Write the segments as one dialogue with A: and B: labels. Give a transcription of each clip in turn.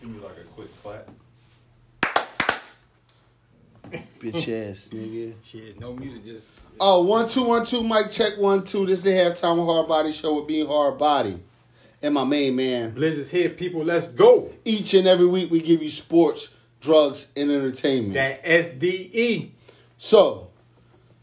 A: Give me like a quick clap.
B: Bitch ass nigga.
C: Shit, no music, just
B: Oh, one two one two. Mic check one two. This is the halftime of Hard Body Show with being Hard Body, and my main man.
C: Blizz is here, people. Let's go.
B: Each and every week we give you sports, drugs, and entertainment.
C: That SDE.
B: So,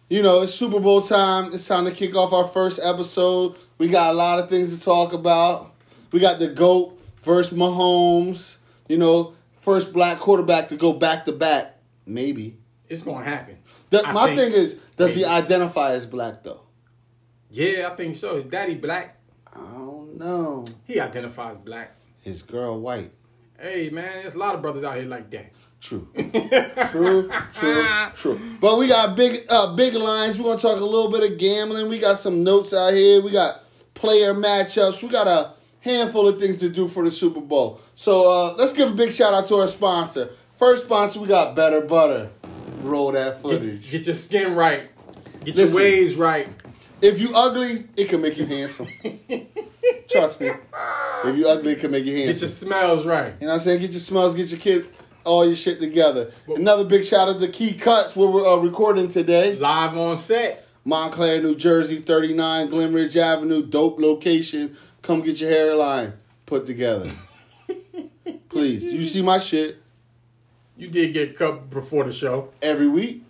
B: you know, it's Super Bowl time. It's time to kick off our first episode. We got a lot of things to talk about. We got the GOAT versus Mahomes. You know, first black quarterback to go back to back, maybe.
C: It's gonna happen.
B: The,
C: I
B: my
C: think-
B: thing is, does he
C: maybe.
B: identify as black though?
C: Yeah, I think so. His daddy black.
B: I don't know.
C: He identifies black.
B: His girl white.
C: Hey man, there's a lot of brothers out here like that.
B: True. true, true, true. But we got big uh big lines. We're gonna talk a little bit of gambling. We got some notes out here. We got player matchups. We got a handful of things to do for the Super Bowl. So uh let's give a big shout out to our sponsor. First sponsor, we got Better Butter. Roll that
C: Get,
B: footage.
C: get your skin right. Get
B: Listen.
C: your waves right.
B: If you ugly, it can make you handsome. Trust me. If you ugly, it can make you handsome.
C: Get your smells right.
B: You know what I'm saying? Get your smells, get your kid, all your shit together. Another big shout out to Key Cuts where we're uh, recording today.
C: Live on set.
B: Montclair, New Jersey, 39 Glen Ridge Avenue, dope location. Come get your hairline put together. Please. You see my shit
C: You did get cut before the show.
B: every week.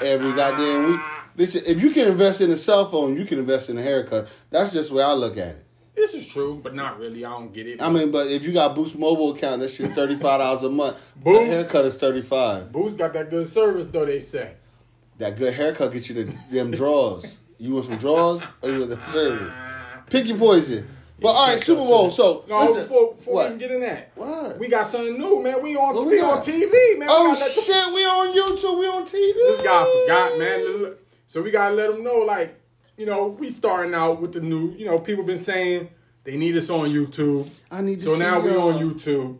B: Every goddamn week. Listen, if you can invest in a cell phone, you can invest in a haircut. That's just the way I look at it.
C: This is true, but not really. I don't get it.
B: I mean, but if you got Boost Mobile account, that shit's thirty five dollars a month.
C: Boost.
B: That haircut is thirty five.
C: Boo's got that good service though, they say.
B: That good haircut gets you the, them draws. You want some draws or you want the service? Pick your poison. But all right, Super Bowl. So
C: No,
B: listen,
C: before, before we
B: what?
C: can get in that.
B: What?
C: We got something new, man. We on
B: What we
C: we on
B: got?
C: TV, man.
B: oh
C: we gotta let the-
B: shit, we on YouTube, we on TV.
C: This guy forgot, man. Look- So we gotta let them know, like, you know, we starting out with the new. You know, people been saying they need us on YouTube.
B: I need to
C: So
B: see
C: now we
B: y'all.
C: on YouTube,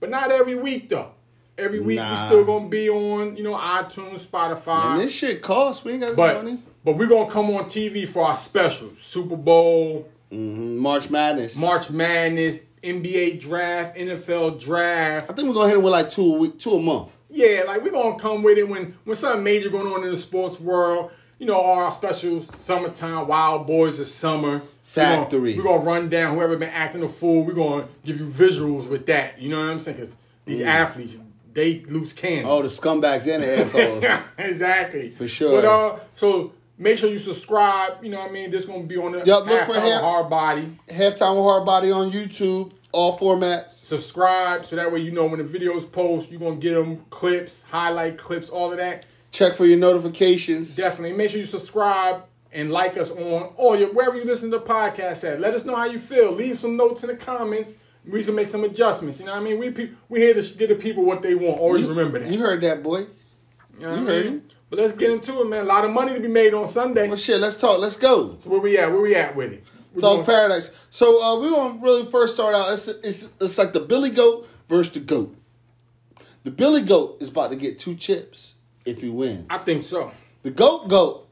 C: but not every week though. Every week
B: Nah.
C: we still gonna be on, you know, iTunes, Spotify.
B: And this shit costs. We ain't got this
C: but
B: money.
C: but we gonna come on TV for our specials: Super Bowl,
B: Mm, March Madness.
C: March Madness, NBA Draft, NFL Draft.
B: I think we're gonna hit it with like two a week, two a month.
C: Yeah, like we're gonna come with it when when something major going on in the sports world. You know, all our specials, summertime, Wild Boys of Summer.
B: Factory.
C: We're gonna, run down whoever been acting a fool. We're gonna give you visuals with that. You know what I'm saying? Because these athletes, they lose cannon.
B: Mm. Oh, the scumbags and the assholes.
C: exactly. For
B: sure.
C: But uh, so make sure you subscribe. You know what I mean? This gonna be on the
B: Yup, look for
C: Halftime
B: him.
C: hard body.
B: Halftime with Hard Body on YouTube, all formats.
C: Subscribe so that way you know when the videos post, you're gonna get them clips, highlight clips, all of that.
B: Check for your notifications.
C: Definitely. Make sure you subscribe and like us on or your, wherever you listen to the podcast at. Let us know how you feel. Leave some notes in the comments. We can make some adjustments. You know what I mean? We pe- we here to sh- give the people what they want. Always remember that.
B: You heard that, boy.
C: You know what
B: you
C: I
B: heard
C: mean?
B: it.
C: But let's get into it, man. A lot of money to be made on Sunday.
B: Well, shit, let's talk. Let's go.
C: So where we at? Where we at with it? We're
B: Thug
C: doing-
B: Paradise. So uh, we're gonna really first start out. It's, it's it's like the Billy Goat versus the Goat. The Billy Goat is about to get two chips if he wins.
C: I think so.
B: The Goat Goat,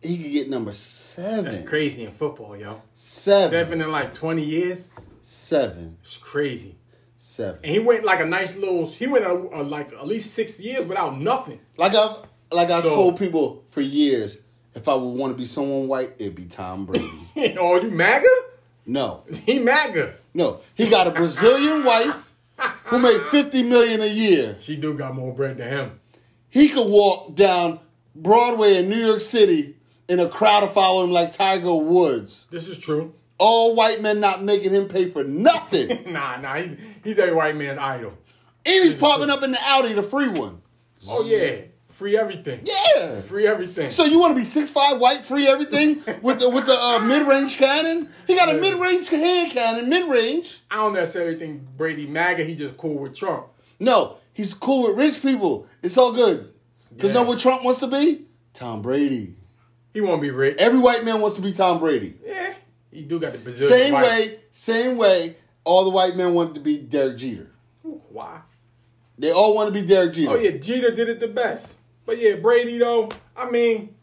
B: he could get number seven.
C: That's crazy in football, yo.
B: Seven.
C: Seven in like twenty years.
B: Seven.
C: It's crazy.
B: Seven.
C: And he went like a nice little. He went a, a, like at least six years without nothing.
B: Like I've like I
C: So-
B: told people for years, if I would want to be someone white, it'd be Tom Brady.
C: oh, you MAGA?
B: no,
C: He MAGA.
B: no, he got a Brazilian wife who made fifty million a year.
C: She do got more bread than him.
B: he could walk down Broadway in New York City and a crowd to follow him like Tiger Woods.
C: This is true.
B: All white men not making him pay for nothing.
C: Nah, nah, he's he's a white man's idol.
B: and he's popping up in the Audi, the free one.
C: Oh yeah, free everything.
B: Yeah.
C: Free everything.
B: So you want to be six five white, free everything with the with the uh, mid range cannon? He got a mid range hand cannon, mid range.
C: I don't necessarily think Brady MAGA. He just cool with Trump.
B: No, he's cool with rich people. It's all good. Cause know
C: Yeah.
B: what Trump wants to be? Tom Brady.
C: He won't be rich.
B: Every white man wants to be Tom Brady.
C: yeah, he do got the Brazilian.
B: Same
C: wife.
B: way, same way, all the white men wanted to be Derek Jeter.
C: Ooh, Why?
B: They all want to be Derek Jeter.
C: Oh yeah, Jeter did it the best. But yeah, Brady though. I mean,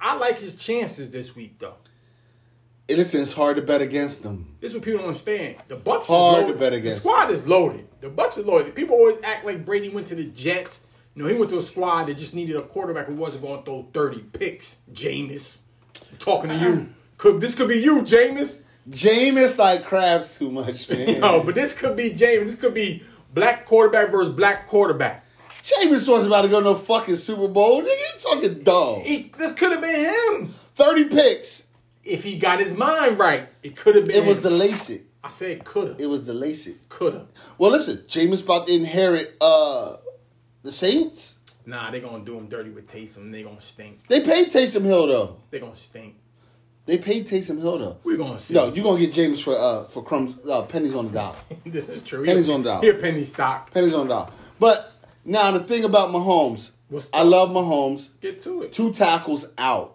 C: I like his chances this week though.
B: Innocent's hard to bet against them.
C: This is what people don't understand. The Bucks
B: Hard
C: is
B: to
C: loaded.
B: bet against.
C: The squad is loaded. The Bucks is loaded. People always act like Brady went to the Jets. No, he went to a squad that just needed a quarterback who wasn't going to throw 30 picks. Jameis. I'm talking to you. Could this could be you, Jameis?
B: Jameis like crabs too much, man.
C: No, but this could be Jameis. This could be black quarterback versus black quarterback.
B: Jameis wasn't about to go to no fucking Super Bowl. Nigga, you talking dog.
C: He, this could have been him
B: 30 picks.
C: if he got his mind right. It could have been.
B: It was the
C: him.
B: LASIK.
C: I said could
B: It
C: have.
B: was the LASIK.
C: Could have.
B: Well, listen, Jameis about to inherit uh the Saints.
C: Nah, they gonna do him dirty with Taysom. They gonna stink.
B: They paid Taysom Hill though.
C: They gonna stink.
B: They paid Taysom Hill though.
C: We're gonna see.
B: No, you gonna get Jameis for uh for crumbs uh, pennies on the dollar.
C: This is true.
B: Pennies on the dollar.
C: He a penny stock.
B: pennies on the dollar. But now the thing about Mahomes,
C: What's-
B: I love Mahomes.
C: Get to it.
B: Two tackles out.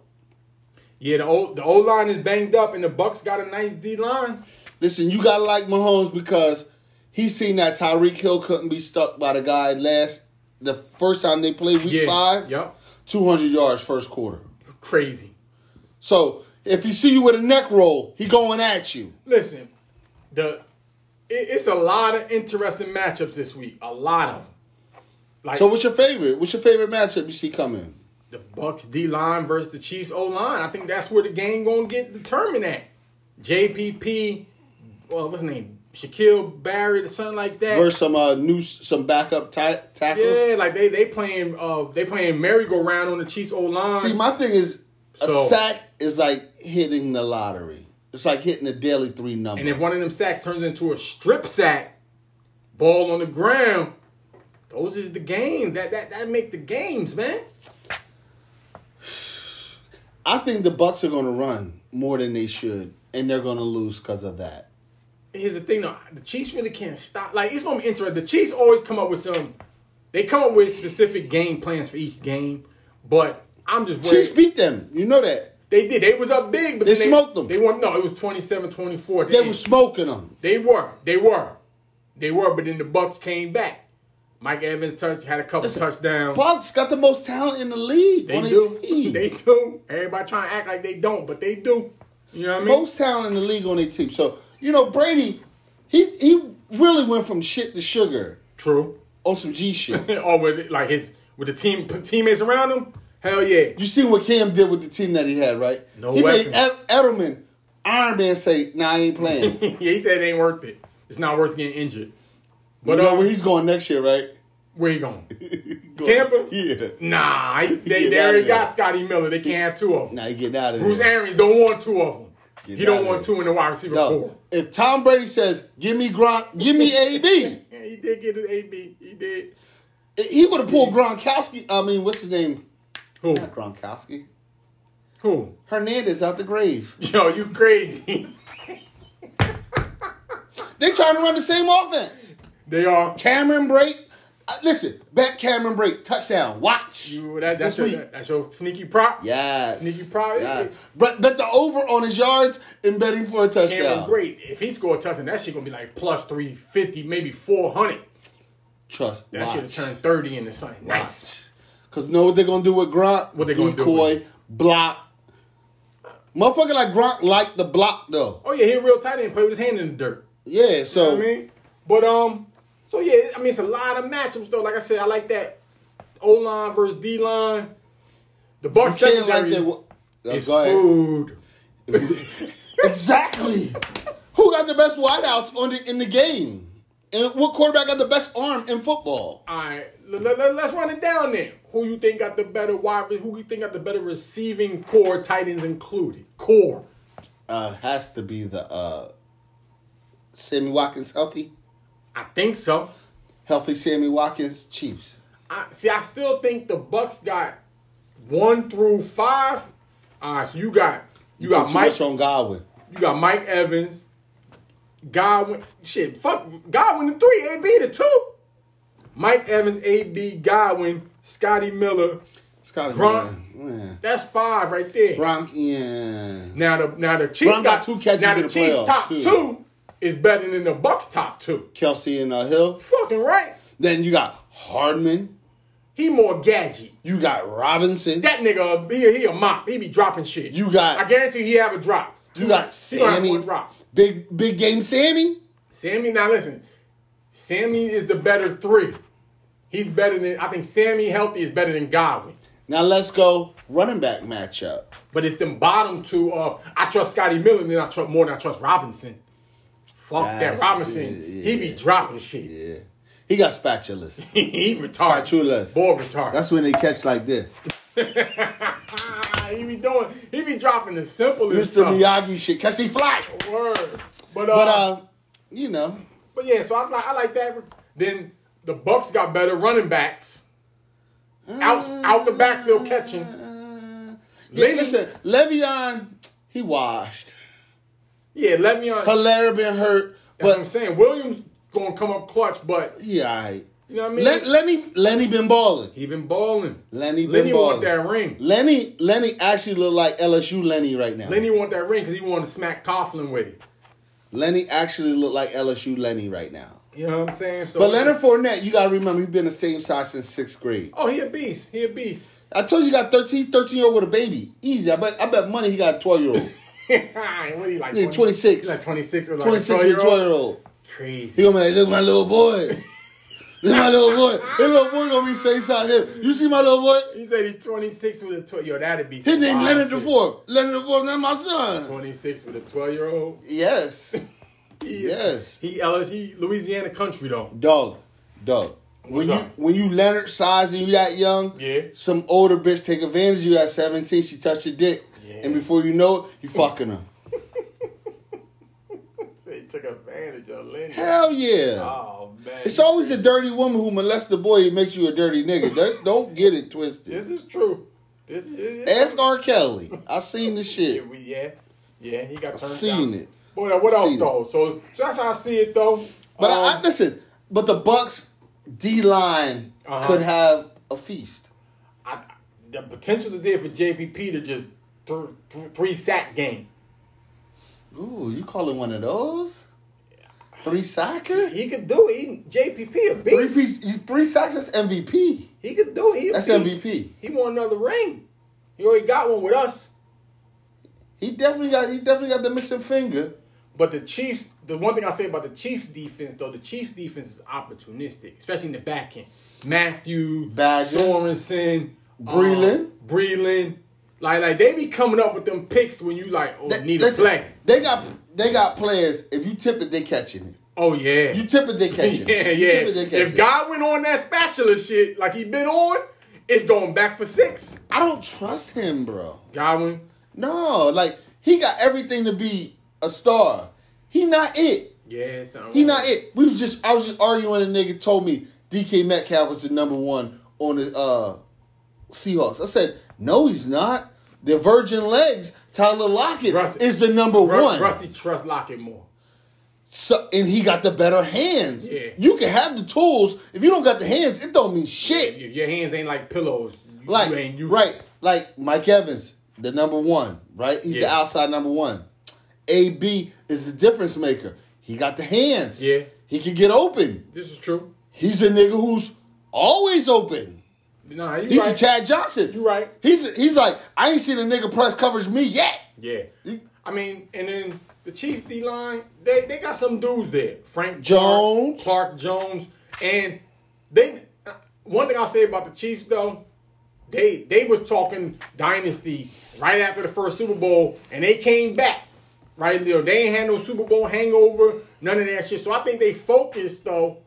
C: Yeah, the old the old line is banged up, and the Bucks got a nice D line.
B: Listen, you gotta like Mahomes because he seen that Tyreek Hill couldn't be stuck by the guy last the first time they played week
C: Yeah.
B: five.
C: Yup.
B: Two hundred yards first quarter.
C: Crazy.
B: So if he see you with a neck roll, he going at you.
C: Listen, the it- it's a lot of interesting matchups this week. A lot of them. Like
B: So what's your favorite? What's your favorite matchup you see coming?
C: the Bucks D line versus the Chiefs O line. I think that's where the game gonna get determined at. JPP, well, what's his name? Shaquille Barrett or something like that.
B: Versus some uh, new some backup ta- tackles.
C: yeah, like they they playing uh they playing merry-go-round on the Chiefs O line.
B: See, my thing is a
C: So-
B: sack is like hitting the lottery. It's like hitting the daily three number.
C: And if one of them sacks turns into a strip sack, ball on the ground, those is the game. That that that make the games, man.
B: I think the Bucks are going to run more than they should, and they're going to lose because of that.
C: Here's the thing though, the Chiefs really can't stop. Like it's gonna be interesting. The Chiefs always come up with some they come up with specific game plans for each game, but I'm just worried.
B: Chiefs beat them. You know that
C: they did. They was up big, but
B: They
C: then
B: smoked them.
C: They won no, it was 27-24. at the
B: they
C: end.
B: were smoking them.
C: They were. They were. They were, but then the Bucks came back. Mike Evans touched had a couple touchdowns.
B: Bucks got the most talent in the league
C: They
B: on their
C: do.
B: team.
C: They do. Everybody trying to act like they don't, but they do. You know what I mean?
B: most talent in the league on their team. So you know Brady, he he really went from shit to sugar
C: True.
B: on some G shit.
C: or with like his with the team teammates around him. Hell yeah.
B: you seen what Cam did with the team that he had, right?
C: No
B: he made
C: weapon.
B: Ed- Edelman, Iron Man say, "Nah, I ain't playing."
C: yeah, he said it ain't worth it. It's not worth getting injured.
B: but
C: But
B: you know
C: uh,
B: where he's going next year, right?
C: where you going?
B: Going-
C: Tampa?
B: Yeah.
C: Nah, he- they,
B: Get
C: they
B: out of
C: already
B: there.
C: got Scotty Miller. They can't have two of them.
B: Now you getting out of
C: Bruce
B: there.
C: Arians don't want two of them.
B: Get
C: he
B: out
C: don't
B: of
C: want
B: there.
C: two in the wide receiver
B: No,
C: core.
B: if Tom Brady says, "Give me Gronk, give me AB,"
C: Yeah, he did get his AB. He did.
B: he would have pulled Gronkowski. I mean, what's his name?
C: Who?
B: Not Gronkowski.
C: Who?
B: Hernandez out the grave.
C: Yo, you crazy.
B: They trying to run the same offense.
C: they are.
B: Cameron Brake. uh, Listen, bet Cameron Brake touchdown. Watch
C: You, that,
B: this
C: that's, your,
B: week.
C: that- that's your sneaky prop.
B: Yes.
C: Sneaky prop.
B: Yes. But bet the over on his yards and betting for a touchdown.
C: Cameron Great. If he scored a touchdown, that shit gonna be like plus three fifty, maybe four hundred.
B: Trust.
C: That should have
B: watch.
C: turned thirty into something. Nice.
B: Cause know what they're gonna do with Gronk?
C: What they gonna do
B: Decoy,
C: with
B: block. Motherfucker like Gronk like the block though.
C: Oh yeah, he a real tight end, play with his hand in the dirt.
B: Yeah. So
C: You know what I mean? But um, so yeah, I mean it's a lot of matchups though. Like I said, I like that O line versus D line. The Bucks
B: you can't like that.
C: secondary
B: wa- Uh,
C: is
B: go ahead.
C: food.
B: Exactly. Who got the best wideouts on the, in the game? And what quarterback got the best arm in football?
C: All right, let, let, us run it down then. Who you think got the better wide? Who you think got the better receiving core? Tight ends included. Core.
B: Uh, has to be the uh, Sammy Watkins healthy,
C: I think so.
B: healthy Sammy Watkins Chiefs.
C: I see. I still think the Bucks got one through five. All right, so you got you got
B: Too
C: Mike,
B: much on Godwin.
C: you got Mike Evans, Godwin. Shit, fuck Godwin the three, AB the two. Mike Evans, AB, Godwin, Scotty Miller.
B: Scotty
C: Gronk.
B: Miller.
C: That's five right there.
B: Yeah. Gronk. Yeah.
C: Now the now the Chiefs
B: Brown got two catches
C: Now the,
B: in the
C: Chiefs
B: playoffs,
C: top
B: too.
C: two is better than the Bucks top two.
B: Kelsey and uh, Hill.
C: Fucking right.
B: Then you got Hardman.
C: He more gadget.
B: You got Robinson.
C: That nigga, he, he a mop. He be dropping shit.
B: You got-
C: I guarantee he have a drop.
B: You got
C: He gonna have
B: Sammy,
C: one drop.
B: big big game Sammy.
C: Sammy, now listen, Sammy is the better three. He's better than I think Sammy healthy is better than Godwin.
B: Now let's go running back matchup.
C: But it's them bottom two of I trust Scotty Miller and then I trust more than I trust Robinson. Fuck
B: That's-
C: that Robinson.
B: yeah,
C: He be dropping shit.
B: Yeah, he got spatulas.
C: he retarded.
B: Spatulas.
C: Boy retarded.
B: That's when they catch like this.
C: Ah, he be doing. He be dropping the simplest
B: Mr.
C: stuff.
B: Miyagi shit, catch they fly.
C: Word. But uh,
B: But
C: but,
B: uh, you know,
C: yeah, so I like I like that. Then the Bucks got better running backs. Out out the backfield catching.
B: uh, yeah,
C: Levy-
B: listen, Le'Veon, he washed.
C: Yeah, let me on. That's
B: Hilaire been hurt,
C: what I'm
B: but
C: saying Williams gonna come up clutch, but
B: yeah, all right.
C: You know what I mean?
B: Len- Lenny Lenny been balling.
C: he been balling.
B: Lenny been
C: Lenny
B: balling.
C: want that ring.
B: Lenny Lenny actually look like LSU Lenny right now.
C: Lenny want that ring because he wanted to smack Coughlin with it.
B: Lenny actually look like LSU Lenny right now.
C: You know what I'm saying? So
B: But Leonard Fournette, you gotta remember, he's been the same size since sixth grade.
C: Oh, he a beast. He a beast.
B: I told you, he got 13, 13 year old with a baby. Easy. I bet. I bet money he got a twelve year old.
C: what he like?
B: Yeah, 26.
C: He's like 26. Like
B: Twenty six with a twelve year old.
C: Crazy.
B: He gonna be like, look, my little boy. Look, my little boy. That little boy gonna be same size as him. You see my little boy?
C: He said he's 26 with a 12. Yo, that'd be
B: His name
C: wild
B: Leonard
C: shit.
B: the Fourth. Leonard the Fourth, not my son.
C: 26 with a 12 year old.
B: Yes, Yes.
C: He LSU, Louisiana country though.
B: dog, dog. when
C: What's
B: you
C: up?
B: when you Leonard size and you that young,
C: Yeah.
B: some older bitch take advantage of you at seventeen. She touch your dick,
C: Yeah.
B: and before you know it, you fucking her.
C: So he took advantage of Leonard.
B: Hell yeah.
C: Oh man.
B: It's always a dirty woman who molests the boy who makes you a dirty nigga. Don't- Don't get it twisted.
C: This is true. This is
B: Ask R. Kelly. I seen the
C: yeah,
B: shit.
C: we- yeah. Yeah, he got turned
B: Seen
C: down.
B: it.
C: Boy, now what else
B: Seen it.
C: though? So so that's how I see it though.
B: But
C: Um,
B: I, I listen. But the Bucks D line
C: Uh-huh.
B: could have a feast.
C: I, the potential is there for JPP to just th- th- three sack game.
B: Ooh, you calling one of those? Three sacker?
C: He could do it. He, JPP a beast.
B: Three piece? you- Three sacks? That's MVP.
C: He could do it. He a
B: That's
C: beast.
B: MVP.
C: He won another ring. He already got one with us.
B: He definitely got. He definitely got the missing finger.
C: But the Chiefs, the one thing I say about the Chiefs defense, though, the Chiefs defense is opportunistic, especially in the back end. Matthew,
B: Badger.
C: Sorensen,
B: Breland.
C: um, Breland. Like, like they be coming up with them picks when you like, oh,
B: They,
C: need
B: listen,
C: a play.
B: they got. They got players. If you tip it, they catching it.
C: Oh yeah,
B: You tip it, they catching it.
C: yeah,
B: You
C: yeah.
B: tip it, they catching
C: If
B: it.
C: God went on that spatula shit like he been on, it's going back for six.
B: I don't trust him, bro.
C: Godwin,
B: No, like he got everything to be a star. He not it.
C: yeah, something.
B: He
C: wrong.
B: not it. We was just I was just arguing. A nigga told me DK Metcalf was the number one on the uh, Seahawks. I said no, he's not. The Virgin Legs, Tyler Lockett
C: Russ-
B: is the number
C: Ru-
B: one.
C: Rusty trust Lockett more.
B: So, and he got the better hands.
C: Yeah.
B: You can have the tools. If you don't got the hands, it don't mean shit.
C: If your hands ain't like pillows, you,
B: Like
C: you ain't used.
B: right, like Mike Evans, the number one, right? He's the
C: Yeah.
B: outside number one. AB is the difference maker. He got the hands.
C: Yeah.
B: he can get open.
C: This is true.
B: He's a nigga who's always open.
C: Nah, you
B: He's
C: right.
B: a Chad Johnson.
C: You right.
B: He's he's like I ain't seen a nigga press coverage me yet.
C: Yeah. I mean, and then the Chiefs D line, they, they got some dudes there. Frank
B: Jones.
C: Clark, Clark Jones, and they. One thing I'll say about the Chiefs though, they they was talking dynasty right after the first Super Bowl, and they came back. Right, you know, they ain't had no Super Bowl hangover, none of that shit. So I think they focused though.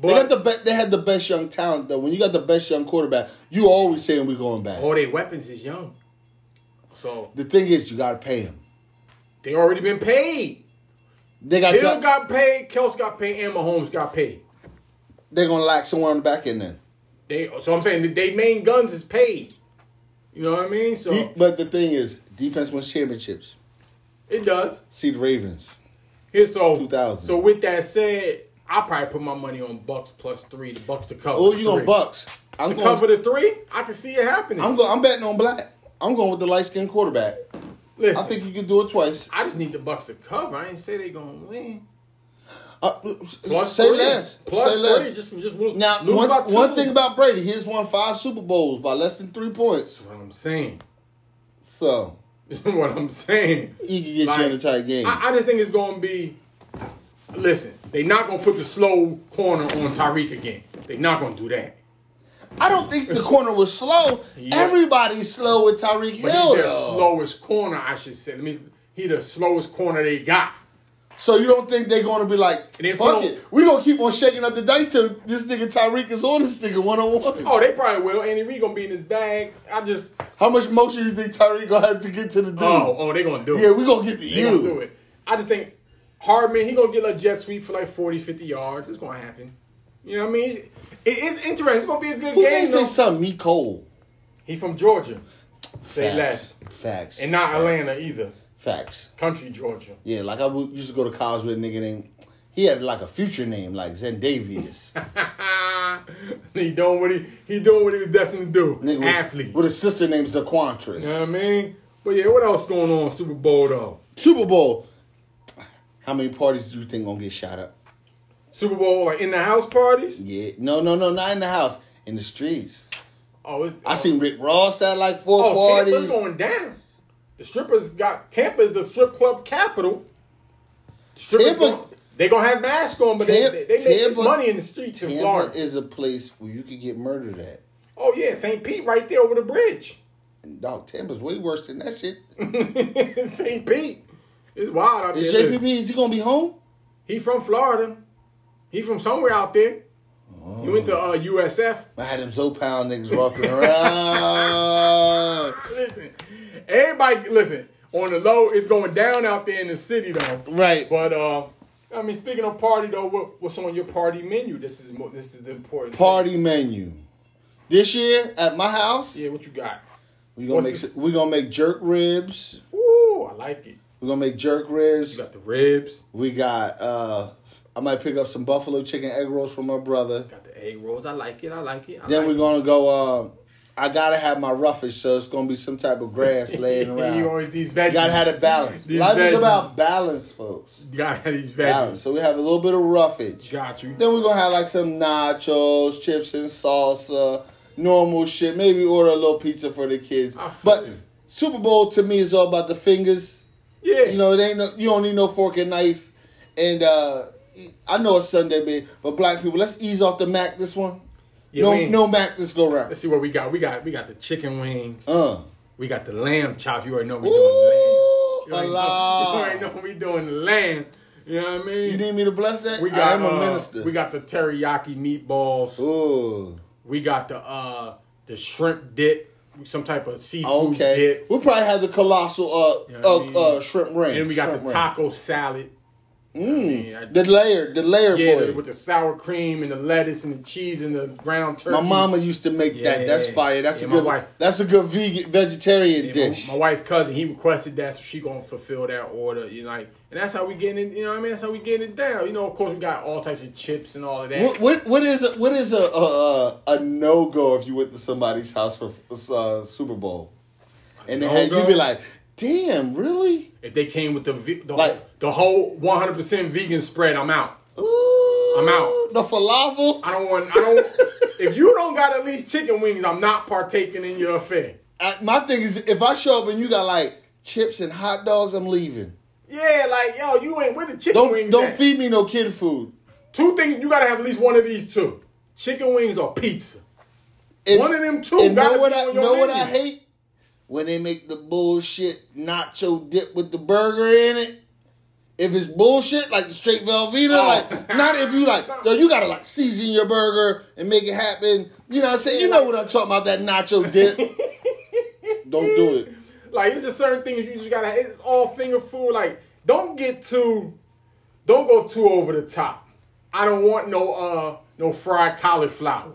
B: They got
C: But
B: the be- they had the best young talent though. When you got the best young quarterback, you always saying we going back.
C: all their weapons is young, so
B: The thing is, you gotta pay him.
C: they already been paid.
B: They got,
C: Hill got paid, Kels got paid, and Mahomes got paid.
B: they're gonna lack someone on the back end then.
C: They so I'm saying that they main guns is paid. You know what I mean? So
B: De- but the thing is, defense wins championships.
C: it does.
B: See the Ravens.
C: Here so
B: 2000.
C: So with that said, I probably put my money on Bucks plus three. The Bucks to cover.
B: Oh,
C: the
B: you gonna
C: three.
B: Bucks? I'm
C: to
B: going.
C: cover the three? I can see it happening.
B: I'm going. I'm betting on black. I'm going with the light skinned quarterback. I
C: Listen, I,
B: think you can do it twice.
C: just need the Bucks to cover. I ain't say they gonna win.
B: Uh,
C: Plus
B: say
C: three.
B: less.
C: Plus
B: say
C: three.
B: less.
C: Just just one.
B: now,
C: lose
B: one,
C: by two.
B: one thing about Brady, he's won five Super Bowls by less than three points.
C: That's what I'm saying.
B: So
C: Is what I'm saying.
B: You can get you in a tight game.
C: I, I just think it's going to be. Listen, they're not going to put the slow corner on Tyreek again. They're not going to do that.
B: I don't think the corner was slow.
C: Yeah.
B: Everybody's slow with Tyreek
C: But
B: Hill,
C: he's the
B: though.
C: slowest corner, I should say. Let me. He the slowest corner they got.
B: So you don't think they're going to be like,
C: And if
B: fuck
C: you don't-
B: it, we gonna keep on shaking up the dice till this nigga Tyreek is on this nigga one on one.
C: Oh, they probably will. Andy Reid gonna be in his bag. I just.
B: How much motion you think Tyreek gonna have to get to the dude?
C: Oh, oh, they gonna do it.
B: Yeah, we gonna get to
C: They gonna do
B: you.
C: it. I just think Hardman, he gonna get a jet sweep for like 40, 50 yards. It's gonna happen. You know what I mean? It- It's interesting. It's gonna be a good
B: Who
C: game.
B: thinks they
C: Though.
B: son me Cole?
C: He from Georgia. Say
B: Facts.
C: less.
B: Facts.
C: And not Atlanta either.
B: Facts.
C: Country Georgia.
B: Yeah, like I w- used to go to college with a nigga named. He had like a future name like Zendavius.
C: he doing what he he doing what he was destined to do.
B: Nigga was-
C: Athlete.
B: with a sister named Zaquantris.
C: you know what I mean? But yeah, what else going on in Super Bowl though?
B: Super Bowl. How many parties do you think gonna get shot up?
C: Super Bowl like in the house parties?
B: Yeah, no, no, no, not in the house, in the streets.
C: Oh, it's,
B: I seen Rick Ross at like four
C: Oh, Tampa's
B: parties.
C: going down. The strippers got Tampa's the strip club capital. Strippers
B: Tampa-
C: going, they gonna have masks on, but
B: Tam-
C: they, they, they make
B: Tampa-
C: money in the streets in
B: Tampa
C: Florida.
B: is a place where you could get murdered at.
C: oh yeah, St. Pete right there over the bridge.
B: And dog, Tampa's way worse than that shit.
C: St. Pete, it's wild out
B: Is
C: there.
B: JPP is he gonna be home?
C: He from Florida. He from somewhere out there. You went to uh, USF.
B: I had them Zopound niggas walking around.
C: Listen, everybody, listen. On the low, it's going down out there in the city though.
B: Right.
C: But uh, I mean, speaking of party though, what, what's on your party menu? This is mo- this is the important thing.
B: Party menu. This year at my house,
C: Yeah, what you got?
B: we gonna
C: what's
B: make we gonna make jerk ribs.
C: Ooh, I like it.
B: We are gonna make jerk ribs.
C: You got the ribs,
B: We got uh I might pick up some buffalo chicken egg rolls from my brother.
C: got the egg rolls. I like it. I like it. I
B: Then
C: like
B: we're
C: it.
B: gonna go. Uh, I gotta have my roughage, so it's gonna be some type of grass laying around.
C: you
B: you
C: always these veggies.
B: gotta have a balance.
C: These
B: Life is
C: veggies.
B: about balance, folks.
C: You gotta have these veggies.
B: Balance. So we have a little bit of roughage.
C: Got you.
B: Then we're gonna have like some nachos, chips and salsa, normal shit. Maybe order a little pizza for the kids.
C: I feel
B: But
C: you.
B: Super Bowl to me is all about the fingers.
C: Yeah.
B: You know, it ain't no, you don't need no fork and knife. And uh I know it's Sunday, man, but black people, let's ease off the Mac this one.
C: Yeah, we
B: no,
C: ain't-
B: no Mac this go round.
C: Let's see what we got. We got we got the chicken wings.
B: Uh.
C: We got the lamb chops. You already know we doing lamb.
B: Ooh,
C: You already know- You already
B: Allah.
C: know we doing lamb. You know what I mean?
B: You need me to bless that?
C: we got
B: I am a
C: uh,
B: minister.
C: We got the teriyaki meatballs.
B: Ooh.
C: We got the uh the shrimp dip, some type of seafood
B: Okay.
C: dip.
B: We'll probably have the colossal uh
C: You know
B: uh,
C: what I mean?
B: uh shrimp ring.
C: And then we got
B: Shrimp
C: the
B: ring.
C: taco salad. Mm. I mean, I-
B: The layer, the layer
C: yeah,
B: boy.
C: the- with the sour cream and the lettuce and the cheese and the ground turkey.
B: my mama used to make that.
C: Yeah.
B: That's fire. That's
C: Yeah,
B: a
C: my
B: good.
C: wife.
B: That's a good vegan vegetarian
C: And my-
B: dish.
C: My, wife's cousin, he requested that, so she gonna fulfill that order. You know, like, and that's how we getting it. You know what I mean? That's how we getting it down. You know, of course we got all types of chips and all of that.
B: What, what what is a, what is a a, a- a no go if you went to somebody's house for uh, Super Bowl, and they had you
C: no-go?
B: be like, damn, really?
C: If they came with the ve- the,
B: Like-
C: whole, the whole 100 percent vegan spread, I'm out.
B: Ooh,
C: I'm out.
B: The falafel.
C: I don't want. I don't. if you don't got at least chicken wings, I'm not partaking in your affair.
B: I, my thing is, if I show up and you got like chips and hot dogs, I'm leaving.
C: Yeah, like yo, you ain't with the chicken
B: Don't
C: wings.
B: don't
C: at?
B: feed me no kid food.
C: Two things you gotta have at least one of these two: chicken wings or pizza.
B: And-
C: One of them two
B: And
C: gotta
B: know what
C: be
B: I
C: on your
B: know what
C: menu.
B: I hate when they make the bullshit nacho dip with the burger in it. If it's bullshit, like the straight Velveeta,
C: Oh.
B: like not if you like, no, you gotta like season your burger and make it happen. You know what I'm saying? You know what I'm talking about? That nacho dip. Don't do it.
C: Like it's just certain things you just gotta. It's all finger food. Like don't get too, don't go too over the top. I don't want no uh no fried cauliflower.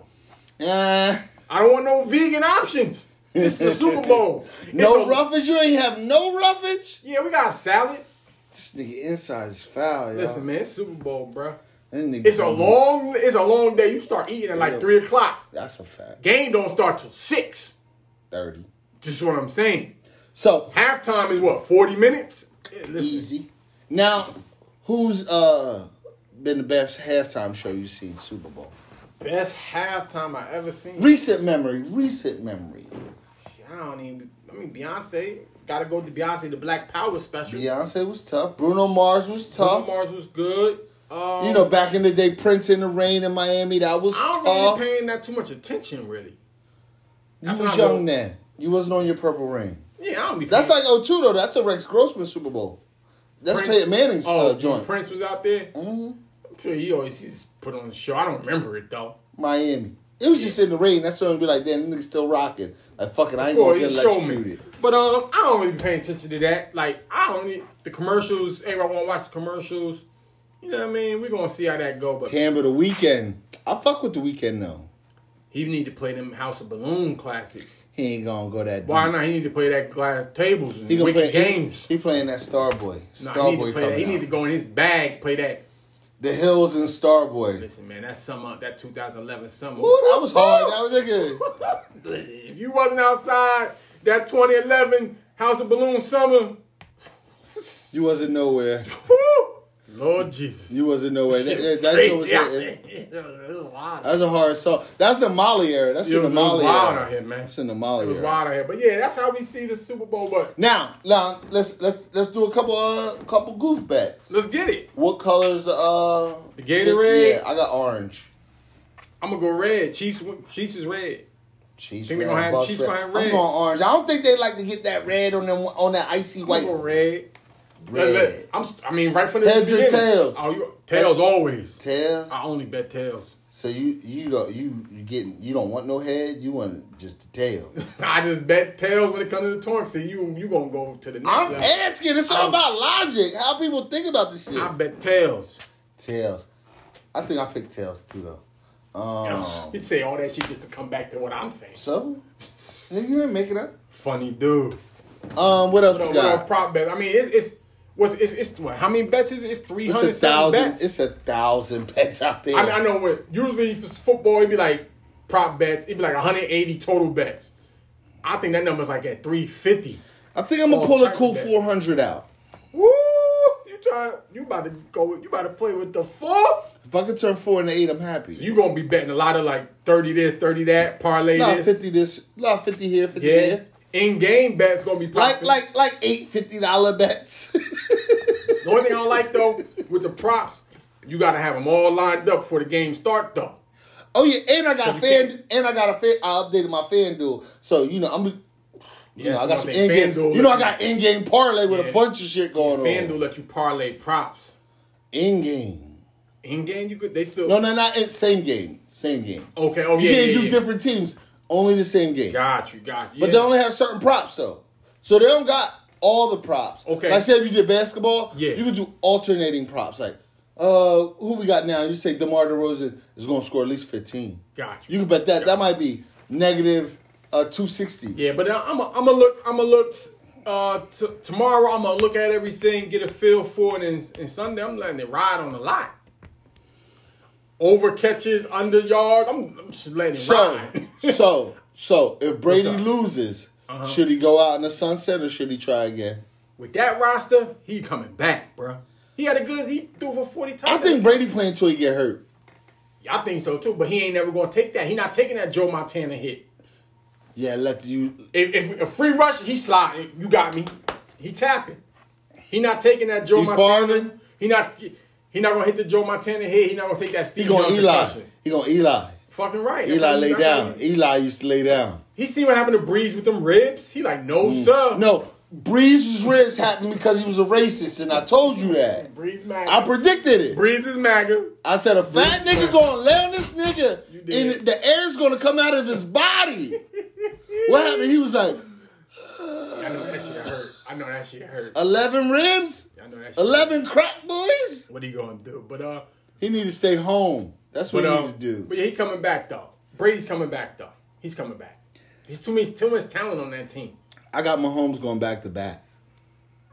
B: Uh,
C: I don't want no vegan options. This is the Super Bowl.
B: no
C: It's a-
B: roughage. You ain't have no roughage.
C: Yeah, we got salad.
B: This nigga inside is foul, y'all.
C: Listen, man, it's Super Bowl, bruh.
B: This nigga-
C: It's a long, it's a long day. You start eating at
B: Yeah.
C: like three o'clock.
B: That's a fact.
C: Game don't start till six.
B: Thirty.
C: Just what I'm saying.
B: So
C: Halftime is what forty minutes. Yeah, listen,
B: Easy. Now, who's uh been the best halftime show you've seen Super Bowl?
C: best halftime I ever seen.
B: Recent memory, recent memory.
C: Shit, I don't even. I mean, Beyonce Gotta go to Beyonce, the Black Power special.
B: Beyonce was tough. Bruno Mars was
C: Bruno
B: tough.
C: Mars was good. Um,
B: you know, back in the day, Prince in the Rain in Miami, that was
C: I
B: tough.
C: don't really paying that too much attention, really.
B: you
C: that's
B: was
C: when I
B: young
C: go-
B: then. You wasn't on your Purple Rain.
C: Yeah, I don't be.
B: That's
C: paying-
B: like 02, though. That's the Rex Grossman Super Bowl. That's
C: Prince-
B: Peyton Manning's
C: oh,
B: uh, joint. Mm-hmm.
C: Prince was out there. I'm sure he always he's put on the show. I don't remember it though.
B: Miami. It was just in the rain. That's gonna be like, damn, this nigga's still rocking. Like fucking, I ain't
C: Boy,
B: gonna
C: he
B: get
C: showed me.
B: electrocuted.
C: But um, I don't really be paying attention to that. Like I don't need the commercials. Everyone want to watch the commercials. You know what I mean? We're gonna see how that go. But
B: Tampa the weekend. I fuck with the weekend though.
C: he need to play them House of Balloon classics.
B: He ain't gonna go that.
C: Why
B: deep.
C: not? He need to play that glass tables and
B: He gonna play
C: wicked games.
B: He, he playing that Starboy.
C: Nah,
B: Starboy
C: he need to play that.
B: coming
C: He need
B: out.
C: to go in his bag. Play that.
B: The Hills and Starboy.
C: Listen, man, that summer, that 2011 summer.
B: Ooh, that was hard. That was nigga.
C: Listen, if you wasn't outside that 2011 House of Balloon summer,
B: You wasn't nowhere.
C: whew, Lord Jesus.
B: You wasn't nowhere. That,
C: Shit
B: that,
C: was
B: that shit was.
C: crazy
B: that-
C: out there. It was- it was wild.
B: That's a hard song. That's the Molly era. That's
C: It
B: in the
C: was, it was
B: Molly
C: wild out
B: era.
C: here, man.
B: That's in
C: It
B: the Molly
C: was
B: era.
C: wild out here. But yeah, that's how we see the Super Bowl. But
B: Now, now let's let's let's do a couple uh couple goof bets.
C: let's get it.
B: What color is the uh
C: The Gatorade?
B: Yeah, I got orange.
C: I'm gonna go red. Chiefs, win- Chiefs is red.
B: Chiefs
C: Think
B: red,
C: they gonna have-
B: Bucks
C: Chiefs
B: red.
C: gonna have
B: I'm
C: red.
B: going orange. I don't think they like to get that red on them on that icy
C: I'm
B: white.
C: gonna go red.
B: Red.
C: Look, look, I'm, I mean, right from the
B: Heads or
C: beginning.
B: tails?
C: Oh, you, tails always.
B: Tails.
C: I only bet tails.
B: So you you don't you you getting you don't want no head. You want just the tail.
C: I just bet tails when it comes to the torque. See, you you gonna go to the next
B: I'm
C: level.
B: asking. It's all
C: I'm-
B: about logic. How people think about this shit.
C: I bet tails.
B: tails. I think I picked tails too though. Um.
C: He'd say all that shit just to come back to what I'm saying.
B: so, nigga, you didn't make it up.
C: Funny dude.
B: Um. What else
C: So
B: we
C: what are
B: got?
C: prop bet? I mean, it's it's what's it's, it's what? How many bets is it? It's three
B: It's a
C: hundred thousand.
B: thousand.
C: Bets.
B: It's a thousand pets out there.
C: I mean, I know when usually for football it'd be like prop bets. It'd be like 180 total bets. I think that number's like at 350.
B: I think I'm gonna
C: Oh,
B: pull a
C: Titan
B: cool
C: bet.
B: 400 out.
C: Woo! You try. You about to go. You about to play with the four.
B: If I could turn four into eight, I'm happy.
C: You gonna be betting a lot of like 30 this, 30 that, parlay
B: Nah,
C: this.
B: fifty this, nah, fifty here, fifty
C: Yeah.
B: there.
C: In game bets gonna be
B: Like
C: popping.
B: like like eight fifty dollar bets.
C: The only thing I don't like though with the props, you gotta have them all lined up for the game start though.
B: oh yeah, and I got a
C: you
B: fan, and I got a fan. I updated my fan duel, so you know I'm. You know, I got some in game. You know I got in game parlay with a
C: Yeah.
B: bunch of shit going
C: FanDuel
B: on.
C: let you parlay props.
B: In game.
C: In game, you could they still
B: No, no, not in same game. Same game.
C: okay. Oh
B: You
C: yeah,
B: can't
C: yeah,
B: do
C: yeah.
B: different teams. Only the same game.
C: Got you, got you.
B: But
C: Yeah.
B: they only have certain props though. So they don't got all the props.
C: Okay.
B: Like say if you did basketball,
C: Yeah.
B: you could do alternating props. Like, uh, who we got now? You say DeMar DeRozan is gonna score at least fifteen.
C: Got you.
B: You can bet that that might be negative uh two sixty.
C: yeah, but I'm i I'm gonna look. I'm gonna look. Uh, t- tomorrow I'm gonna look at everything, get a feel for it, and, and Sunday I'm letting it ride on the lot. Over catches, under yards. I'm, I'm just letting it
B: So
C: ride.
B: so so if Brady
C: up? Uh-huh.
B: loses, should he go out in the sunset or should he try again?
C: With that roster, he coming back, bruh. He had a good. He threw for forty
B: I
C: times.
B: think Brady playing until he get hurt.
C: I think so too. But he ain't never gonna take that. He not taking that Joe Montana hit.
B: Yeah, let you
C: If, if a free rush, he sliding. You got me. He tapping. He not taking that Joe
B: He
C: Montana.
B: farming?
C: He not. He not gonna hit the Joe Montana hit. He not gonna take that Steve
B: he going
C: Young
B: Eli.
C: concussion.
B: He going Eli.
C: Fucking right. That's
B: Eli
C: how you-
B: lay
C: that's how
B: down.
C: you-
B: Eli used to lay down.
C: He seen what happened to Breeze with them ribs. He like, no sir.
B: Mm. No, Breeze's ribs happened because he was a racist, and I told you that.
C: Breeze MAGA.
B: I predicted it.
C: Breeze is MAGA.
B: I said a fat nigga gonna lay on this nigga,
C: You did.
B: and the air's gonna come out of his body. what happened? He was like,
C: I know that shit hurt. I know that shit hurt.
B: eleven ribs,
C: I know that shit.
B: eleven crack boys.
C: What he gonna do? But uh,
B: He need to stay home. That's what
C: but
B: he
C: um,
B: need to do.
C: but yeah, he coming back though. Brady's coming back though. He's coming back. There's too many, too much talent on that team.
B: I got Mahomes going back to back.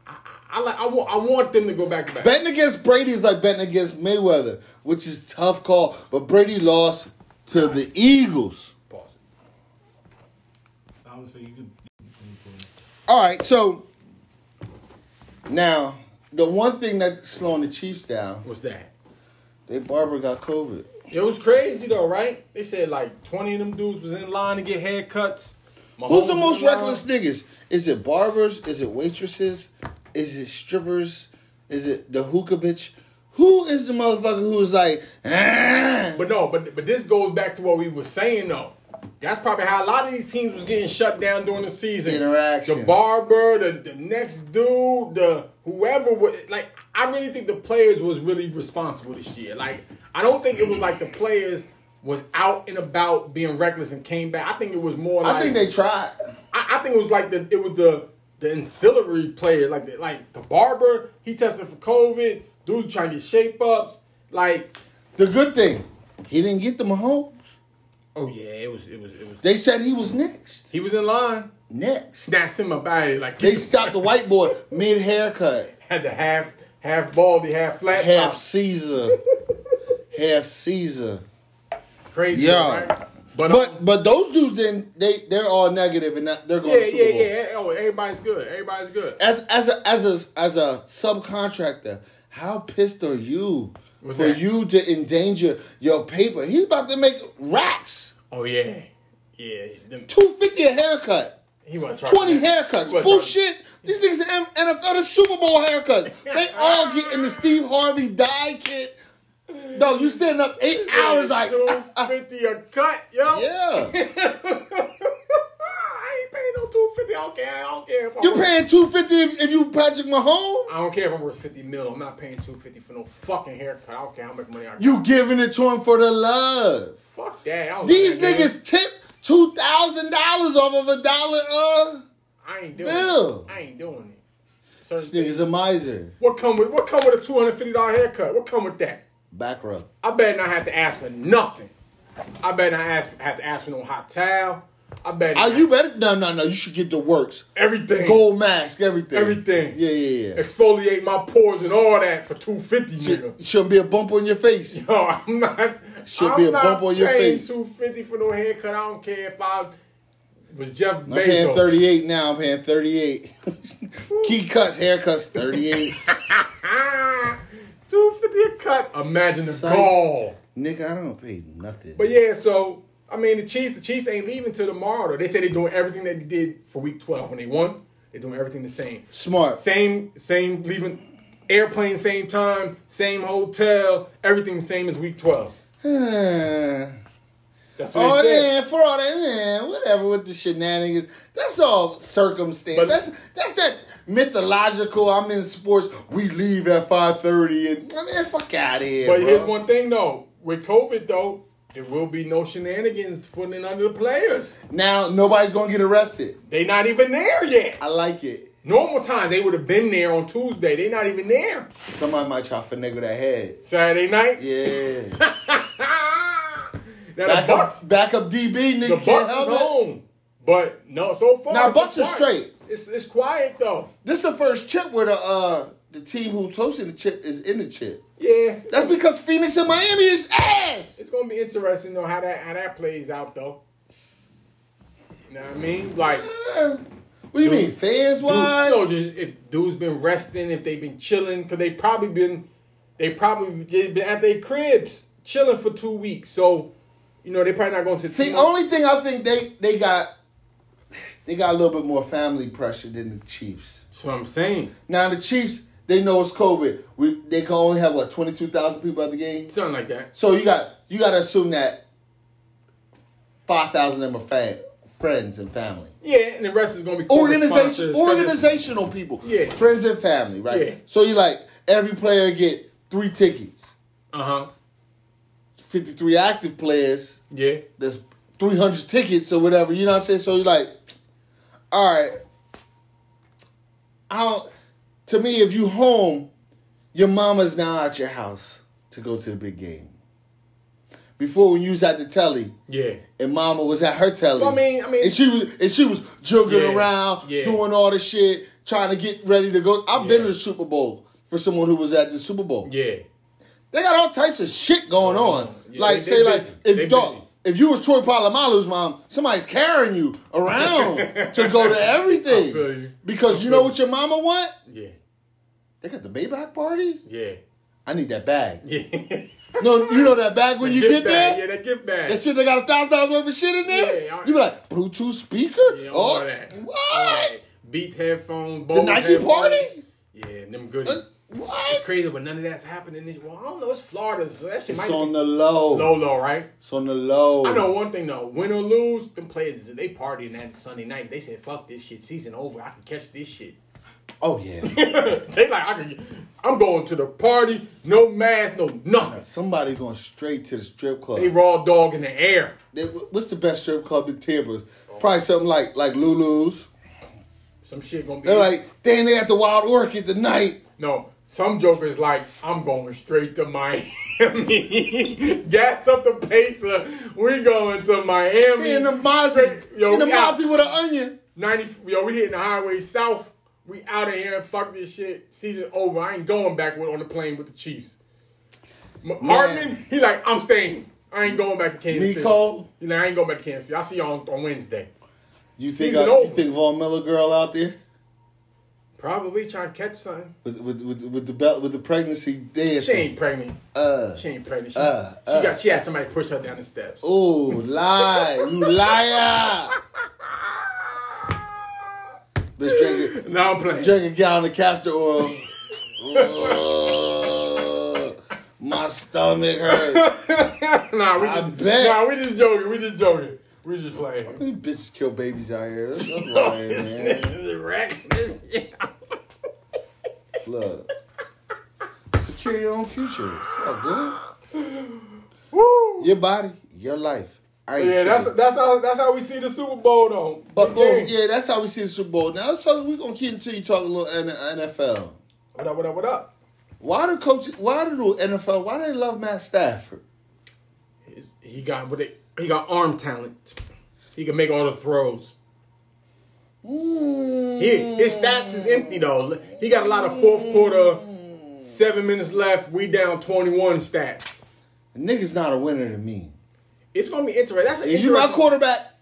C: I like. I want. I want them to go back to back.
B: Betting against Brady is like betting against Mayweather, which is tough call. But Brady lost to the Eagles.
C: Pause.
A: I would say you could. you could-
B: All right, so now the one thing that's slowing the Chiefs down,
C: What's that?
B: they barber got COVID.
C: It was crazy though, right? They said like twenty of them dudes was in line to get haircuts.
B: Who's the
A: Mahomes
B: most
A: is around.
B: reckless niggas? Is it barbers? Is it waitresses? Is it strippers? Is it the hookah bitch? Who is the motherfucker who's like, "Ah."
C: But no, but but this goes back to what we were saying though. That's probably how a lot of these teams was getting shut down during the season.
B: Interactions.
C: The barber, the, the next dude, the whoever was like I really think the players was really responsible this year. Like I don't think it was like the players was out and about being reckless and came back. I think it was more like
B: I think they tried.
C: I, I think it was like the it was the the ancillary players, like the, like the barber, he tested for COVID, dudes trying to get shape ups, like
B: The good thing, he didn't get the Mahomes.
C: oh yeah, it was it was it was
B: They said he was next.
C: He was in line,
B: Next.
C: snatched him up out of it, like
B: They stopped the white boy mid haircut.
C: had the half half baldy, half flat,
B: Half
C: top.
B: Caesar. Half Caesar.
C: crazy,
B: Yeah.
C: right? But, um,
B: But but those dudes didn't they they're all negative and not, they're going
C: yeah,
B: to Super
C: yeah,
B: Bowl.
C: yeah. Oh, everybody's good. Everybody's good.
B: As as a as a as a subcontractor, how pissed are you
C: What's
B: for
C: that?
B: you to endanger your paper? He's about to make racks.
C: Oh yeah, yeah. Them,
B: Two fifty a haircut.
C: he was
B: Twenty haircuts. Bullshit. These niggas in NFL the Super Bowl haircuts. They all getting the Steve Harvey dye kit. Dog, you sitting up eight hours like
C: two fifty a cut, yo. Ah,
B: yeah.
C: I ain't paying no two fifty. I don't care. I don't care if I'm
B: You
C: worth-
B: paying two fifty if, if you Patrick Mahomes?
C: I don't care if I'm worth fifty mil. I'm not paying two fifty for no fucking haircut. I don't care how much money I got.
B: You giving it to him for the love.
C: fuck that. I don't
B: These
C: like that, man.
B: niggas tip two thousand dollars off of a dollar. Uh,
C: I ain't doing
B: Bill.
C: it. I ain't doing it. Certain
B: this nigga's a miser.
C: What come with what come with a two hundred fifty dollar haircut? What come with that?
B: Back rub.
C: I better not have to ask for nothing. I better not ask have to ask for no hot towel. I better
B: Oh,
C: not-
B: you better no, no, no. You should get the works.
C: everything
B: Gold mask, everything.
C: Everything.
B: Yeah, yeah, yeah.
C: exfoliate my pores and all that for two fifty, nigga.
B: Shouldn't be a bump on your face.
C: No, I'm not.
B: Should
C: I'm
B: be a
C: not
B: bump on your
C: paying
B: face.
C: Two fifty for no haircut. I don't care if I was Jeff
B: I'm paying
C: Bezos.
B: thirty eight now. I'm paying thirty eight. Key cuts, haircuts, thirty eight.
C: Ah, two fifty a cut. Imagine the
B: Psych.
C: gall.
B: Nigga, I don't pay nothing.
C: But yeah, so I mean, the Chiefs, the Chiefs ain't leaving till tomorrow. Though. They say they're doing everything that they did for Week Twelve when they won. They're doing everything the same.
B: Smart.
C: Same, same leaving airplane, same time, same hotel, everything the same as Week Twelve.
B: Huh.
C: That's what
B: Oh
C: they said.
B: man, for all that man, whatever with the shenanigans. That's all circumstance.
C: But-
B: that's that's that mythological. I'm in sports. We leave at five thirty, and I mean, fuck out of here.
C: But
B: bro.
C: here's one thing though: with COVID though, there will be no shenanigans for and under the players.
B: Now nobody's gonna get arrested.
C: They not even there yet.
B: I like it.
C: Normal time they would have been there on Tuesday. They not even there.
B: Somebody might try for nigga that head.
C: Saturday night.
B: Yeah.
C: now the
B: back
C: Bucks,
B: up, back up, DB. Nigga
C: the
B: can't
C: Bucks is
B: help it.
C: home. But no, so far
B: Now,
C: it's been
B: Bucks is
C: quiet.
B: straight.
C: It's it's quiet though.
B: This the first chip where the uh the team who toasted the chip is in the chip.
C: Yeah,
B: That's because Phoenix and Miami is ass.
C: it's gonna be interesting though how that how that plays out though. You know what I mean? Like,
B: Yeah. What do you mean, fans
C: dude,
B: wise?
C: no, just if dudes been resting, if they been chilling, because they probably been they probably just been at their cribs chilling for two weeks. So you know they probably not going to
B: See, oh.
C: too much.
B: only thing I think they they got they got a little bit more family pressure than the Chiefs.
C: That's what I'm saying.
B: Now the Chiefs, they know it's COVID. We they can only have what twenty two thousand people at the game.
C: Something like that.
B: So you got you got to assume that five thousand of them are fa- friends and family.
C: Yeah, and the rest is gonna be corporate sponsors,
B: Organization,
C: 'cause it's-
B: organizational people,
C: Yeah.
B: friends and family, right?
C: Yeah.
B: So you like every player get three tickets,
C: Uh huh.
B: fifty three active players.
C: Yeah.
B: that's 300 tickets or whatever. You know what I'm saying? So you're like, all right. I don't, to me, if you home, your mama's now at your house to go to the big game. Before when you was at the telly
C: Yeah.
B: and mama was at her telly.
C: Well, I mean- I mean-
B: and she was and she was juggling
C: Yeah,
B: around,
C: yeah.
B: doing all the shit, trying to get ready to go. I've been
C: Yeah.
B: to the Super Bowl for someone who was at the Super Bowl.
C: Yeah.
B: They got all types of shit going on.
C: Oh, Yeah,
B: like
C: they-
B: say,
C: they
B: like
C: busy.
B: if
C: They
B: dog,
C: busy.
B: if you was Troy Polamalu's mom, somebody's carrying you around to go to everything
C: I feel you.
B: because you know what your mama want.
C: Yeah.
B: They got the Maybach party.
C: Yeah.
B: I need that bag.
C: Yeah.
B: No, you know that bag when you
C: gift
B: get
C: bag.
B: there?
C: Yeah, that gift bag.
B: That shit, they got a thousand dollars worth of shit in there.
C: Yeah, yeah.
B: you be like Bluetooth speaker.
C: Yeah, all
B: oh,
C: that. All
B: what?
C: that. Beats headphones.
B: The
C: Bose
B: Nike
C: headphones.
B: party?
C: Yeah, them goodies.
B: Uh,
C: It's
B: What?
C: crazy, but none of that's happening. This, well, I don't know. It's Florida, so that shit
B: It's
C: might
B: on
C: be
B: the low.
C: low, low, right?
B: It's on the low.
C: I know one thing though. Win or lose, them players they partying that Sunday night. They said, "Fuck this shit. Season over. I can catch this shit."
B: Oh yeah.
C: they like, "I can. I'm going to the party. No mask, no nothing.
B: Somebody going straight to the strip club.
C: They raw dog in the air.
B: They- what's the best strip club in Tampa? Probably something like like Lulu's.
C: Some shit gonna be
B: They're like, damn, they at the Wild Orchid tonight.
C: No, some joker is like, I'm going straight to Miami. Gas up the pacer. We going to Miami.
B: In the Mozzie,
C: Straight- yo,
B: in the
C: we out.
B: Mozzie with an onion.
C: 90, yo, we hitting the highway south. We out of here. Fuck this shit. Season over. I ain't going back with, on the plane with the Chiefs. M- Hartman, he like, I'm staying. I ain't going back to Kansas
B: Nico?
C: City. He like, I ain't going back to Kansas City. I'll see y'all on, on Wednesday.
B: You think
C: Season
B: I, you
C: over.
B: think Von Miller girl out there
C: Probably trying to catch something.
B: with with with, with the belt with the pregnancy
C: She
B: dancing?
C: ain't pregnant.
B: Uh,
C: She ain't pregnant. She,
B: Uh,
C: she
B: uh.
C: got she had somebody push her down the steps.
B: oh, lie, you liar! Bitch, drinking
C: No, I'm playing.
B: drink a gallon of castor oil. Ugh, my stomach hurt.
C: nah, we
B: I
C: just,
B: bet.
C: Nah, we just joking. We just joking. We just playing.
B: These bitches kill babies out here. That's that's lying, man.
C: This is reckless.
B: Look. Secure your own future. It's all good.
C: Woo.
B: Your body, your life. I ain't
C: Yeah, that's
B: tripping.
C: that's how that's how we see the Super Bowl though.
B: But
C: Big
B: boom,
C: game.
B: yeah, that's how we see the Super Bowl. Now let's talk. We're gonna continue talking a little N- NFL.
C: What up? What up? What up?
B: Why do coaches? Why do the NFL? Why do they love Matt Stafford?
C: He's- He got what they, he got arm talent. He can make all the throws.
B: Mm.
C: He, his stats is empty though. He got a lot of fourth quarter, seven minutes left. We down twenty one stats.
B: Nigga's not a winner to me.
C: It's gonna be interesting. That's an
B: If you my
C: interesting.
B: quarterback,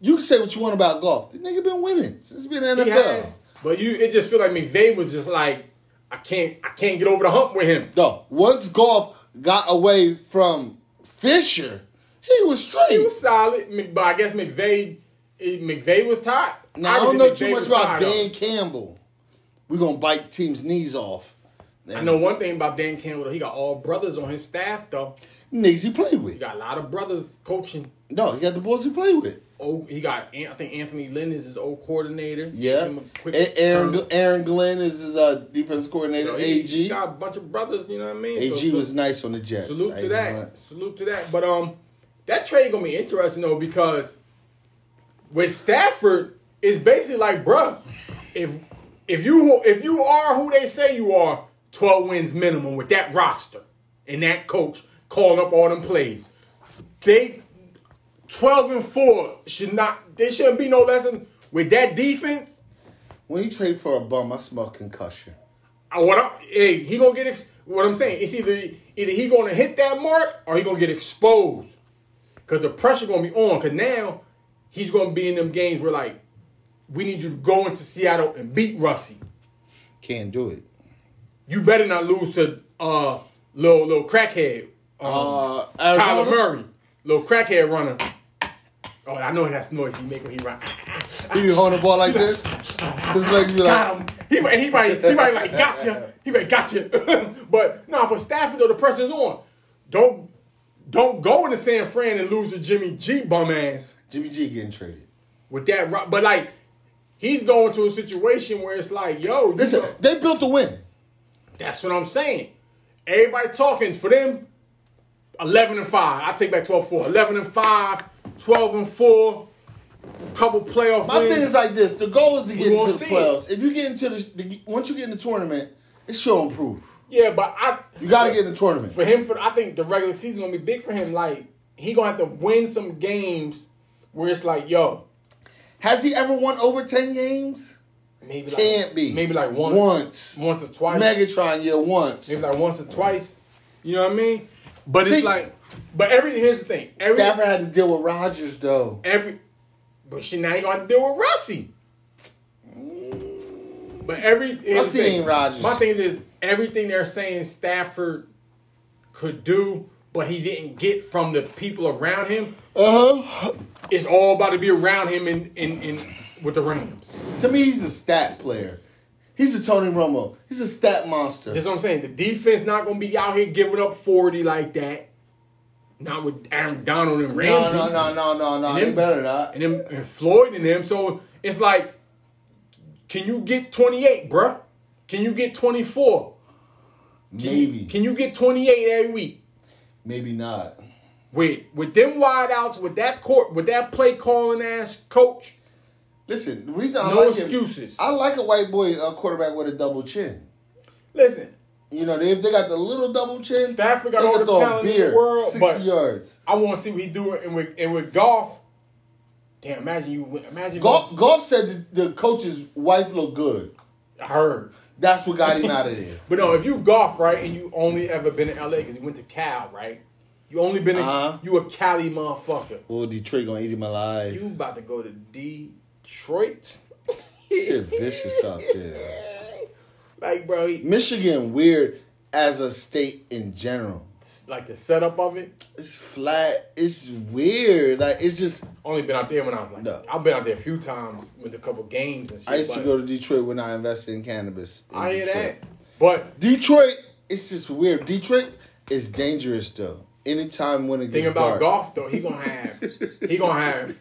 B: you can say what you want about golf. The nigga been winning since he's been in the
C: He
B: NFL.
C: has, but you it just feel like McVay was just like, I can't I can't get over the hump with him.
B: No, once golf got away from Fisher, he was straight.
C: He was solid, Mc- but I guess McVay eh, McVay was tired.
B: now I don't
C: Obviously,
B: know too
C: McVay
B: much
C: was
B: about
C: tired, though.
B: Dan Campbell. We're gonna bite teams' knees off.
C: I know one thing about Dan Campbell. He got all brothers on his staff though.
B: Niggas he played
C: He
B: with.
C: got a lot of brothers coaching.
B: No, he got the boys he played with.
C: Oh, he got An- I think Anthony Lynn is his old coordinator.
B: Yeah.
C: Give him a quick
B: A- Aaron
C: turn.
B: Aaron Glenn is his uh, defense coordinator.
C: So he- he
B: AG.
C: got a bunch of brothers. You know what I mean? So-
B: AG
C: so-
B: was nice on the Jets. I
C: Salute to
B: ain't
C: that.
B: gonna lie.
C: Salute to that. But um, that trade gonna be interesting though because with Stafford, it's basically like, bruh, if if you if you are who they say you are, twelve wins minimum with that roster and that coach calling up all them plays, they twelve and four should not. They shouldn't be no less than with that defense.
B: When you trade for a bum, I smell concussion.
C: I- What I, hey, he gonna get ex- what I'm saying. It's either either he gonna hit that mark or he gonna get exposed. Cause the pressure gonna be on. Cause now he's gonna be in them games where like we need you to go into Seattle and beat Russie.
B: Can't do it.
C: You better not lose to uh little little crackhead um,
B: Uh,
C: Kyler
B: Arizona?
C: Murray, little crackhead runner. Oh, I know that's noise he make when he run.
B: He be holding the ball like this. His legs be
C: got
B: like,
C: him. He might, he might, he might like gotcha. He might gotcha. but nah, for Stafford though, the pressure's on. Don't don't go into San Fran and lose to Jimmy G bum ass
B: Jimmy G getting traded.
C: with that. ro- But like, he's going to a situation where it's like, yo, you
B: Listen,
C: know-
B: they built a win.
C: that's what I'm saying. Everybody talking for them. 11 and 5. I take back 12 4. 11 and 5, 12 and 4. Couple playoff
B: My
C: wins.
B: thing is like this: the goal is to get
C: won't
B: into the
C: see
B: playoffs. If you get into the, the once you get in the tournament, it's show and prove.
C: yeah, but I
B: You got to get in the tournament.
C: for him for I think the regular season gonna be big for him. Like he gonna have to win some games where it's like, yo,
B: Has he ever won over ten games?
C: maybe
B: Can't
C: like
B: be.
C: maybe like once
B: Once.
C: once or twice.
B: Megatron, yeah, once.
C: Maybe like once or twice. You know what I mean? But
B: See-
C: it's like but every here's the thing. Every
B: Stafford had to deal with Rodgers though.
C: every but she now you gonna have to deal with Russie. But every here's the
B: Russie
C: thing.
B: ain't Rodgers.
C: My thing is, is everything they're saying Stafford could do, but he didn't get from the people around him,
B: Uh huh.
C: is all about to be around him in, in, in with the Rams.
B: To me, he's a stat player. He's a Tony Romo. He's a stat monster.
C: That's what I'm saying. The defense not gonna be out here giving up 40 like that. Not with Aaron Donald and
B: No,
C: Ramsey.
B: no, no, no, no, no.
C: And
B: They
C: them-
B: better not.
C: And them and Floyd and them. So it's like, can you get 28, bruh? Can you get 24?
B: Maybe.
C: Can you get 28 every week?
B: Maybe not.
C: With with them wideouts, with that court, with that play calling ass coach,
B: Listen, the reason I
C: No
B: like him-
C: excuses.
B: I like a white boy uh, quarterback with a double chin.
C: listen,
B: You know, they, if they got the little double chin,
C: Stafford got
B: they
C: all
B: could
C: the
B: throw a
C: talent in the
B: beer,
C: world,
B: 60
C: but-
B: yards.
C: I want to see what he do and with and with golf. Damn, imagine you imagine
B: Golf, golf said the, the coach's wife looked good.
C: I heard.
B: That's what got him out of there.
C: But no, if you golf right and you only ever been in LA because you went to Cal, right? You only been a,
B: Uh-huh.
C: you a Cali motherfucker.
B: Oh, Detroit gonna eat him alive.
C: You about to go to Detroit? Eh.
B: Shit vicious out there.
C: Like, bro, he-
B: Michigan weird as a state in general.
C: like the setup of it.
B: It's flat. It's weird. Like it's just.
C: Only been out there when I was like,
B: No.
C: I've been out there a few times with a couple games and shit.
B: I used to
C: but
B: go to Detroit when I invested in cannabis. in
C: I hear
B: Detroit.
C: that, but
B: Detroit, it's just weird. Detroit is dangerous though. Anytime when it
C: thing
B: gets dark.
C: about golf though, he gonna have he gonna have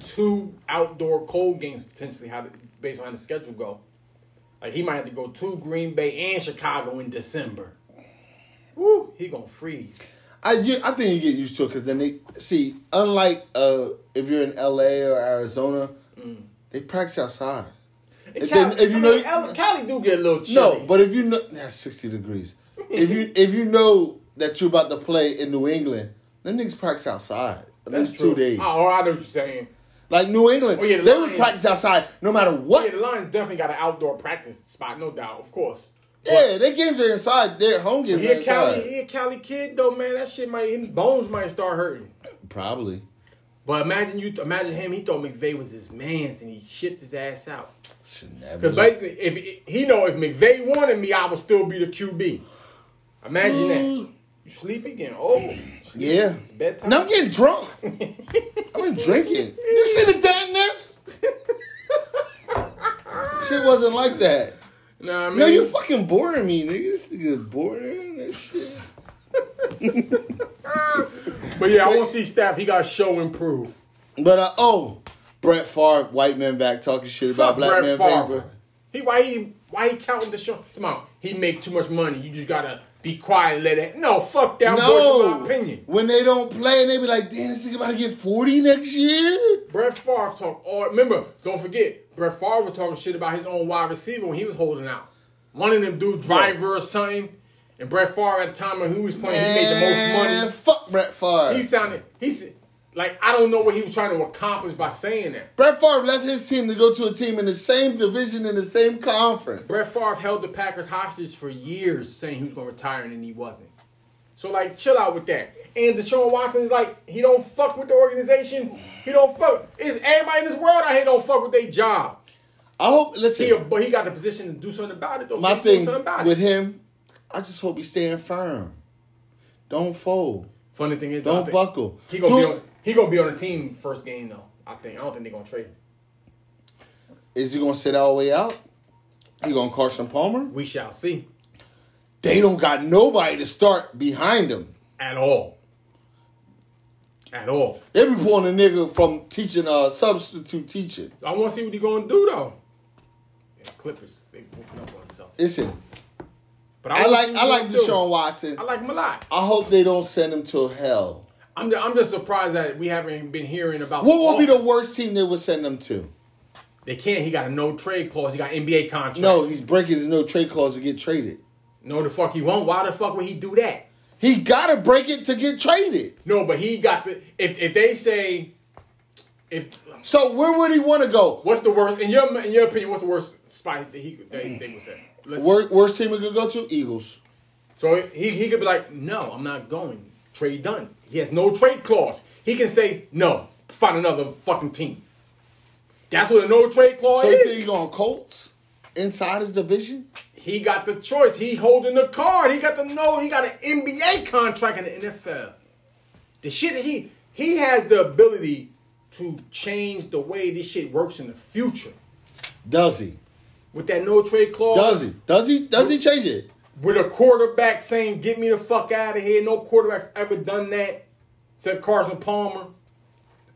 C: two outdoor cold games potentially how the, based on how the schedule go. Like he might have to go to Green Bay and Chicago in December. Woo, he gonna freeze.
B: I you- I think you get used to it because then they see. Unlike uh, if you're in L.A. or Arizona, they practice outside.
C: And
B: If they-
C: Mm. Cali,
B: if you
C: I
B: know-
C: mean, L- Cali do get a little chilly.
B: No, but if you know that's sixty degrees. If you if you know that you're about to play in New England, them niggas practice outside at
C: That's
B: least
C: true.
B: two days.
C: Oh, I know what you're saying.
B: Like New England,
C: Oh, yeah, the
B: they would
C: Lions.
B: practice outside no matter what.
C: Yeah, the Lions definitely got an outdoor practice spot, no doubt, of course.
B: Yeah, their games are inside. Their home games
C: He
B: are
C: a Cali,
B: inside.
C: he a Cali kid though, man. That shit might his bones might start hurting.
B: Probably.
C: But imagine you, imagine him. He thought McVay was his man's, and he shipped his ass out.
B: Should never.
C: Because
B: let-
C: basically, if he know if McVay wanted me, I would still be the QB. Imagine that. You sleep again? Oh,
B: Mm. Yeah.
C: It's bedtime.
B: No, I'm getting drunk. I've been drinking. You see the dampness? shit wasn't like that.
C: Nah, I mean,
B: No, you fucking boring me, nigga. This nigga boring. This shit.
C: but yeah, I want to see staff. He got show improve.
B: But uh, oh, Brett Favre, white man back talking shit about
C: Fuck
B: black
C: Brett
B: man
C: Favre.
B: paper.
C: He why he why he counting the show? Come on, he make too much money. You just gotta be quiet and let it. No, fuck that. I'm voicing
B: No,
C: my opinion.
B: when they don't play, and they be like, "Damn, this nigga about to get forty next year."
C: Brett Favre talk all. Remember, don't forget, Brett Favre was talking shit about his own wide receiver when he was holding out. One of them dude driver or something, and Brett Favre at the time when he was playing, he made the
B: Man,
C: most
B: fuck Brett Favre.
C: money. He sounded he said like I don't know what he was trying to accomplish by saying that.
B: Brett Favre left his team to go to a team in the same division in the same conference.
C: Brett Favre held the Packers hostage for years, saying he was going to retire and then he wasn't. So like, chill out with that. And Deshaun Watson is like, he don't fuck with the organization. He don't fuck. It's everybody in this world out here don't fuck with their job.
B: I hope. Listen,
C: He, but he got the position to do something about it. Though. So
B: my
C: he do
B: thing
C: something about
B: with
C: it.
B: him, I just hope he's staying firm. Don't fold.
C: Funny thing is,
B: Don't
C: I think
B: buckle.
C: He gonna
B: Dude-
C: be on. He gonna be on the team first game though. I think. I don't think they're gonna trade him.
B: Is he gonna sit all the way out? He gonna Carson Palmer?
C: We shall see.
B: They don't got nobody to start behind him.
C: At all. At all.
B: They be pulling a nigga from teaching uh substitute teaching.
C: I want to see what he gonna do though. Yeah, Clippers. They whooping up on the Celtics.
B: Listen,
C: But
B: I
C: wanna
B: like
C: see what
B: I
C: he
B: like
C: gonna do.
B: Deshaun Watson.
C: I like him a lot.
B: I hope they don't send him to hell.
C: I'm just, I'm just surprised that we haven't been hearing about.
B: What would be the
C: offense.
B: worst team they would send him to?
C: They can't. He got a no trade clause. He got NBA contract.
B: No, he's breaking his no trade clause to get traded.
C: no, the fuck he won't. Why the fuck would he do that?
B: He gotta break it to get traded.
C: No, but he got the. If if they say, if
B: So where would he want to go?
C: what's the worst in your in your opinion? What's the worst spot that he that he, they would say? Let's-
B: Worst, worst team we could go to? Eagles.
C: So he he could be like, no, I'm not going. Trade done. He has no trade clause. He can say no. Find another fucking team. That's what a no trade clause
B: So you
C: is.
B: think he going Colts inside his division?
C: He got the choice. He holding the card. He got the no. He got an NBA contract in the NFL. The shit that he he has the ability to change the way this shit works in the future
B: Does he?
C: with that no trade clause.
B: Does he? Does he? Does he change it?
C: with a quarterback saying, "Get me the fuck out of here." No quarterback's ever done that, except Carson Palmer.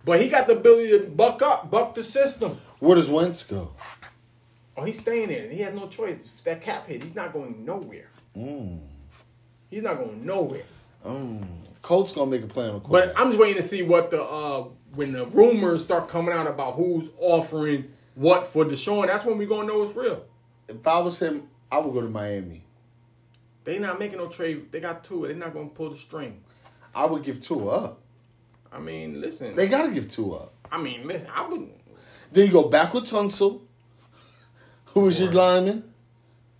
C: But he got the ability to buck up, buck the system.
B: Where does Wentz go?
C: Oh, he's staying there. He has no choice. That cap hit. He's not going nowhere. He's not going nowhere.
B: Mm, Colts gonna make a play on the quarterback.
C: But I'm just waiting to see what the uh when the rumors start coming out about who's offering what for Deshaun. That's when we're gonna know it's real.
B: if I was him, I would go to Miami.
C: They not making no trade. They got two. They're not gonna pull the string.
B: I would give two up.
C: I mean, listen.
B: They gotta give two up.
C: I mean, listen. I wouldn't.
B: Then you go back with Tunsil, who is your lineman.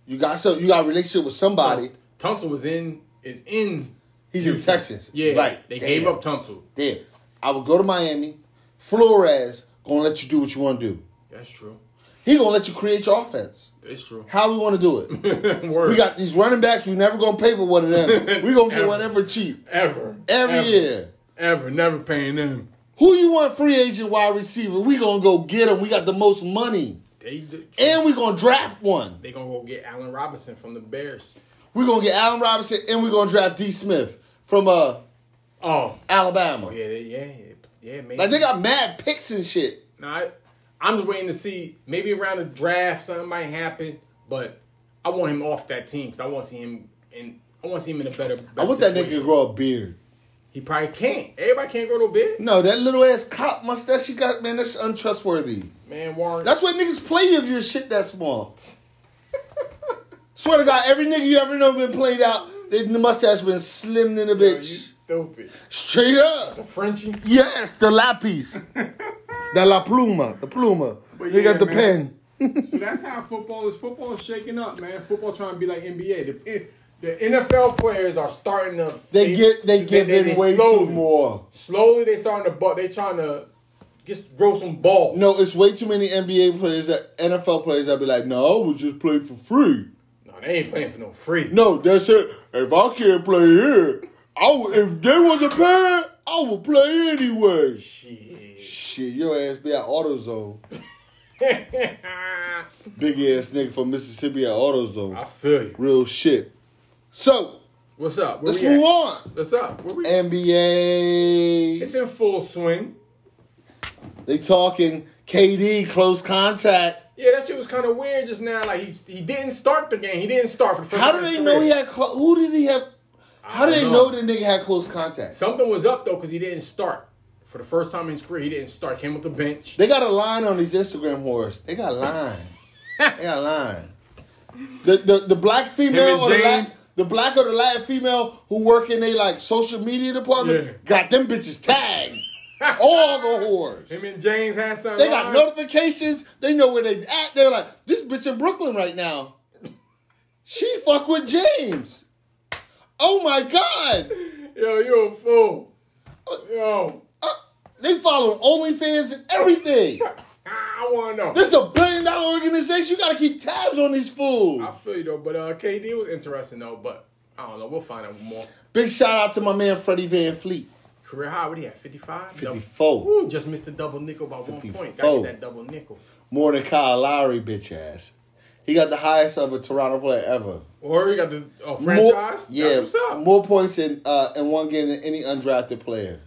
B: You got so you got a relationship with somebody.
C: Tunsil was in is in
B: He's in
C: Houston.
B: Texas.
C: Yeah,
B: Right.
C: They
B: Damn.
C: gave up Tunsil.
B: There. I would go to Miami. Flores gonna let you do what you wanna do.
C: That's true.
B: He gonna let you create your offense.
C: It's true.
B: How we wanna do it.
C: Word.
B: we got these running backs, we never gonna pay for one of them. We gonna get whatever cheap.
C: ever
B: Every
C: ever,
B: year.
C: ever never paying them.
B: Who you want free agent wide receiver? We gonna go get him. We got the most money.
C: They do-
B: And we gonna draft one.
C: they gonna go get Allen Robinson from the Bears.
B: We're gonna get Allen Robinson and we're gonna draft D Smith from uh
C: Oh
B: Alabama.
C: yeah, they, yeah, yeah, maybe.
B: Like they got mad picks and shit.
C: Now, I, I'm just waiting to see. Maybe around the draft, something might happen. But I want him off that team because I want to see him in. I want to see him in a better. better
B: I want that nigga
C: situation.
B: to grow a beard.
C: He probably can't. Everybody can't grow no beard.
B: No, that little ass cop mustache you got, man, that's untrustworthy.
C: Man, Warren.
B: That's why niggas play you if your shit that small. Swear to God, every nigga you ever know been played out, they, the mustache been slimmed in a
C: Yo, you
B: bitch.
C: stupid.
B: Straight up.
C: Frenchie.
B: Yes, the lapis. that la pluma. The pluma.
C: But
B: they
C: yeah,
B: got the
C: man.
B: pen.
C: That's how football is. Football is shaking up, man. Football trying to be like NBA. The, the NFL players are starting to.
B: They get they give
C: they-
B: in
C: they
B: way too
C: slowly-
B: more.
C: Slowly, they starting to. But they trying to just grow some balls.
B: No, it's way too many NBA players that NFL players that be like, no, we just play for free.
C: no, they ain't playing for no free.
B: No, that's it. If I can't play here, I w- if there was a pay, I would play anyway.
C: Shit.
B: Shit, your ass be at AutoZone. Big ass nigga from Mississippi at
C: I
B: AutoZone.
C: feel you.
B: Real shit. So
C: What's up? Where
B: let's
C: we
B: move
C: at?
B: on.
C: What's up? Where we?
B: NBA.
C: it's in full swing.
B: They talking KD close contact.
C: Yeah, that shit was kind of weird just now. Like he he didn't start the game. He didn't start for the first.
B: How
C: time
B: do
C: in
B: they
C: his
B: know he
C: career.
B: had? Clo- who did he have? How do
C: don't
B: they
C: know.
B: know the nigga had close contact?
C: Something was up though because he didn't start for the first time in his career. He didn't start. Came with the bench.
B: They got a line on these Instagram whores. They got a line. they got a line. The the, the black female
C: and
B: or the
C: James.
B: Latin, the black or the Latin female who work in they like social media department
C: Yeah.
B: got them bitches tagged. All the whores.
C: Him and James had something.
B: They got notifications. They know where they at. They're like, this bitch in Brooklyn right now. She fuck with James. Oh my god.
C: Yo, you a fool. Yo,
B: Uh, they follow OnlyFans and everything.
C: I want to know.
B: This is a billion dollar organization. You gotta keep tabs on these fools.
C: I feel you though, but uh, KD was interesting though. But I don't know. We'll find out more.
B: Big shout out to my man Freddie Van Fleet.
C: Career high. What he at? Fifty five.
B: 54.
C: Ooh, just missed the double nickel by one point. Got
B: 54.
C: that double nickel.
B: More than Kyle Lowry, bitch ass. He got the highest of a Toronto player ever.
C: Or you got the uh,
B: More-
C: franchise.
B: yeah,
C: That's what's up.
B: more points in uh, in one game than any undrafted player.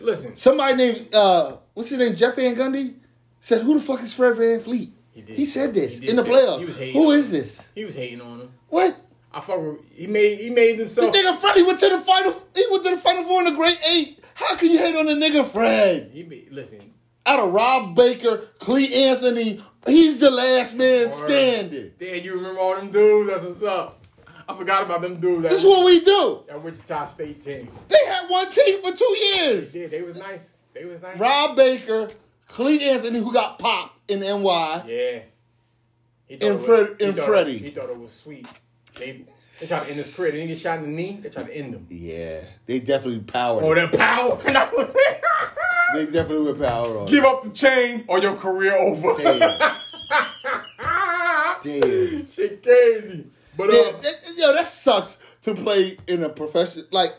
C: Listen,
B: Somebody named uh, what's his name, Jeff Van Gundy, said, "Who the fuck is Fred Van Fleet?" He,
C: did.
B: said this
C: He did
B: in the
C: say- he was
B: playoffs.
C: hating
B: Who
C: on
B: is
C: him.
B: this?
C: he was hating on him.
B: What?
C: I fuck with. He made. He made
B: The
C: himself.
B: nigga Freddie went to the final. He went to the final four in the Great Eight. How can you hate on the nigga Fred?
C: He be, listen.
B: out of Rob Baker, Clee Anthony, he's the last man
C: Word.
B: standing.
C: Damn, you remember all them dudes? That's what's up. I forgot about them dudes.
B: This is
C: that,
B: what we do.
C: that Wichita State team.
B: They had one team for two years.
C: Yeah, they was nice. They was nice.
B: Rob Baker, Clee Anthony, who got popped in NY.
C: Yeah. He thought
B: And
C: it was-
B: Fred-
C: he
B: and
C: thought it-
B: Freddie.
C: He thought it was sweet. They, they tried to end his career. They didn't get shot in the knee. They tried to end him.
B: Yeah, they definitely powered.
C: Oh,
B: it.
C: that power. And I was like,
B: They definitely would power on.
C: Give
B: it.
C: up the chain or your career over.
B: Damn.
C: Ah,
B: Damn.
C: Shit crazy. But
B: Yeah,
C: uh,
B: that, yo, that sucks to play in a profession. Like,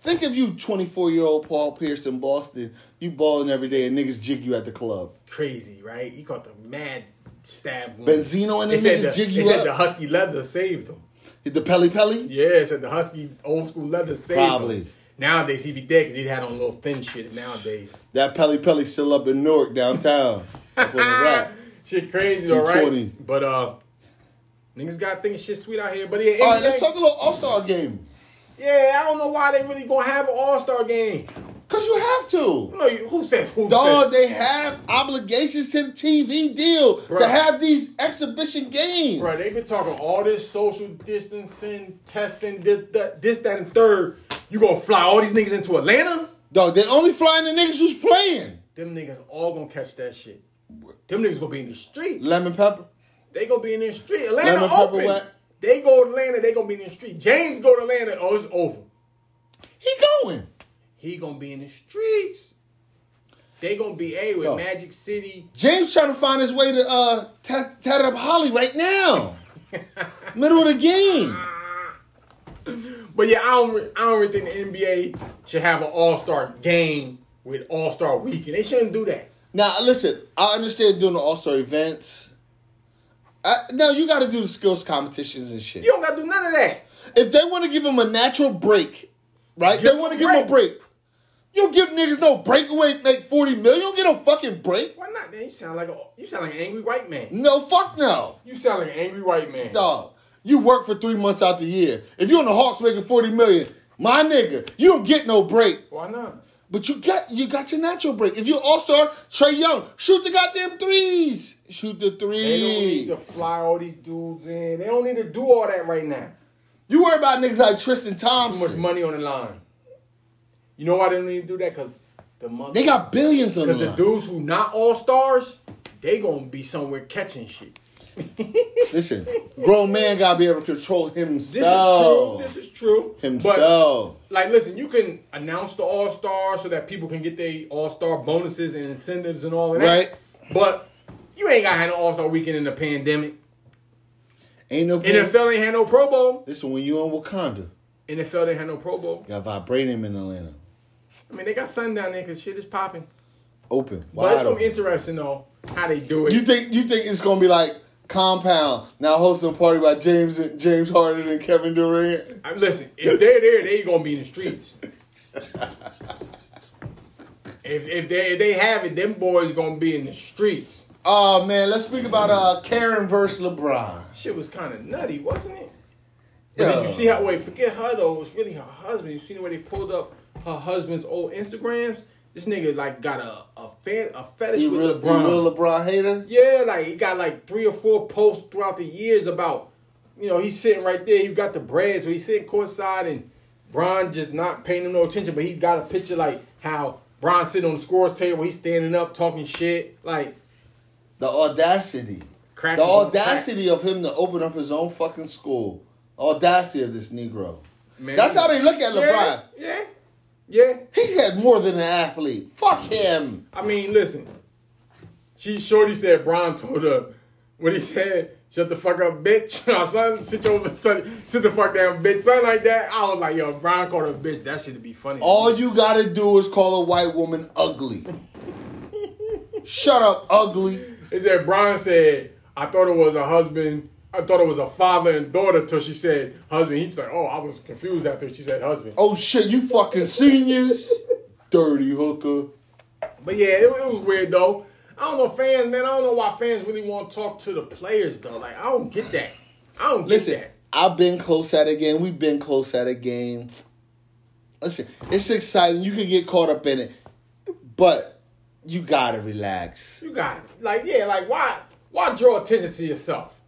B: think of you, twenty four year old Paul Pierce in Boston. You balling every day, and niggas jig you at the club.
C: crazy, right? He caught the mad stab wound.
B: Benzino and the
C: They said
B: niggas
C: the,
B: jig
C: they
B: you
C: said
B: up.
C: the husky leather saved him.
B: The Pelly Pelly.
C: Yeah, it said the husky old school leather saved
B: Probably.
C: him. Nowadays he'd be dead because he'd had on little thin shit. Nowadays,
B: That Pelly Pelly still up in Newark downtown. Up on the rack.
C: shit crazy, all right.
B: 220.
C: But uh, niggas got things shit sweet out here. But yeah,
B: All right, let's
C: NBA
B: talk a little All Star game.
C: yeah, I don't know why they really gonna have an All Star game.
B: Cause you have to.
C: No, you, who says who?
B: Dog,
C: says,
B: they have obligations to the TV deal to
C: Right.
B: have these exhibition games.
C: bro, they been talking all this social distancing, testing, this, that, this, that, and third. You gonna fly all these niggas into Atlanta?
B: Dog, they only flying the niggas who's playing.
C: Them niggas all gonna catch that shit. Them niggas gonna be in the streets.
B: Lemon pepper.
C: They gonna be in the street. Atlanta
B: Lemon pepper
C: open.
B: whack.
C: They go to Atlanta. They gonna be in the street. James go to Atlanta. Oh, it's over.
B: He going.
C: He gonna be in the streets. They gonna be a with
B: Yo.
C: Magic City.
B: James trying to find his way to uh tat, tat up Holly right now. Middle of the game.
C: But yeah, I don't. re- I don't really think the NBA should have an All Star game with All Star Weekend. They shouldn't do that.
B: Now listen, I understand doing the All Star events. I, no, you got to do the skills competitions and shit.
C: You don't gotta do none of that.
B: If they want to give him a natural break, right?
C: Give
B: they want to
C: him
B: give
C: a
B: him a break. You don't give niggas no breakaway, make forty million. You don't get no fucking break.
C: Why not? Man, you sound like a, you sound like an angry white man.
B: No, fuck no,
C: You sound like an angry white man.
B: dog. You work for three months out the year. If you're on the Hawks making forty million, my nigga, you don't get no break.
C: Why not?
B: But you got you got your natural break. If you're all star, Trey Young, shoot the goddamn threes. Shoot the
C: They don't need
B: threes.
C: to fly all these dudes in. They don't need to do all that right now.
B: You worry about niggas like Tristan
C: too much
B: Thompson.
C: money on the line. You know why they don't even do that? Because the money.
B: They got billions on the
C: Because the
B: line.
C: dudes who not all stars, they gonna be somewhere catching shit.
B: Listen, grown man gotta be able to control
C: This
B: himself.
C: is true. This is true.
B: himself.
C: But, like, listen, you can announce the all stars so that people can get their all star bonuses and incentives and all of that.
B: Right.
C: But you ain't got had an all star weekend in the pandemic.
B: Ain't no pain.
C: NFL ain't had no Pro Bowl.
B: Listen, when you on Wakanda, you
C: NFL ain't had no Pro Bowl.
B: got vibranium in Atlanta.
C: I mean, they got sun down there because shit is popping.
B: Open,
C: But it's
B: wide
C: gonna be
B: open.
C: interesting though how they do it.
B: You think you think it's gonna be like compound now hosting a party by James James Harden and Kevin Durant?
C: I mean, listen, if they're there, they gonna be in the streets. if if they if they have it, them boys gonna be in the streets.
B: Oh man, let's speak about uh Karen versus LeBron.
C: Shit was kind of nutty, wasn't it? But
B: Yeah.
C: Did you see how? Wait, forget her though. It's really her husband. You seen the way they pulled up her husband's old Instagrams? This nigga like got a a, fan, a fetish
B: you
C: with
B: real,
C: LeBron.
B: you real LeBron hater?
C: Yeah, like he got like three or four posts throughout the years about, you know, he's sitting right there. You got the bread, so he's sitting courtside, and Bron just not paying him no attention. But he got a picture like how Bron sitting on the scores table, he's standing up talking shit, like
B: The audacity.
C: Crack
B: the
C: is on crack.
B: audacity of him to open up his own fucking school. Audacity of this Negro.
C: Man.
B: That's how they look at LeBron.
C: yeah, yeah, yeah.
B: He had more than an athlete. Fuck him.
C: I mean, listen, she shorty said Bron told her what he said. Shut the fuck up, bitch. Or something, sit your son, sit the fuck down, bitch. Something like that. I was like, yo, Bron called her a bitch. That shit would be funny.
B: All you gotta do is call a white woman ugly. Shut up, ugly.
C: Is that Brian said, I thought it was a husband, I thought it was a father and daughter till she said husband. He's like, oh, I was confused after she said husband.
B: Oh shit, you fucking seniors. Dirty hooker.
C: But yeah, it, it was weird though. I don't know, fans, man. I don't know why fans really want to talk to the players though. Like, I don't get that. I don't get
B: Listen,
C: that.
B: I've been close at a game. We've been close at a game. Listen, it's exciting. You can get caught up in it, but you gotta relax.
C: You got it. Like, yeah, like why why draw attention to yourself?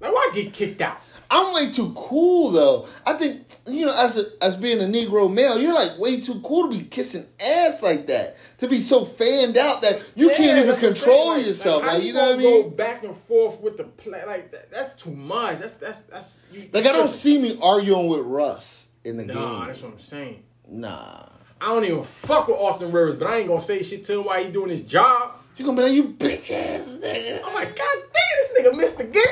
C: Like why get kicked out?
B: I'm way too cool though. I think you know, as a, as being a Negro male, you're like way too cool to be kissing ass like that. To be so fanned out that you
C: Yeah,
B: can't even
C: that's what I'm
B: control
C: saying. Like-
B: yourself.
C: how
B: Like, you know what I
C: gonna Go
B: mean?
C: back and forth with the play. Like that, that's too much. That's that's that's. You,
B: Like I don't
C: tripping.
B: see me arguing with Russ in the
C: Nah,
B: game.
C: that's what I'm saying.
B: Nah.
C: I don't even fuck with Austin Rivers, but I ain't gonna say shit to him while he doing his job.
B: You gonna be like, you bitch ass nigga.
C: I'm like, God damn, this nigga missed the game.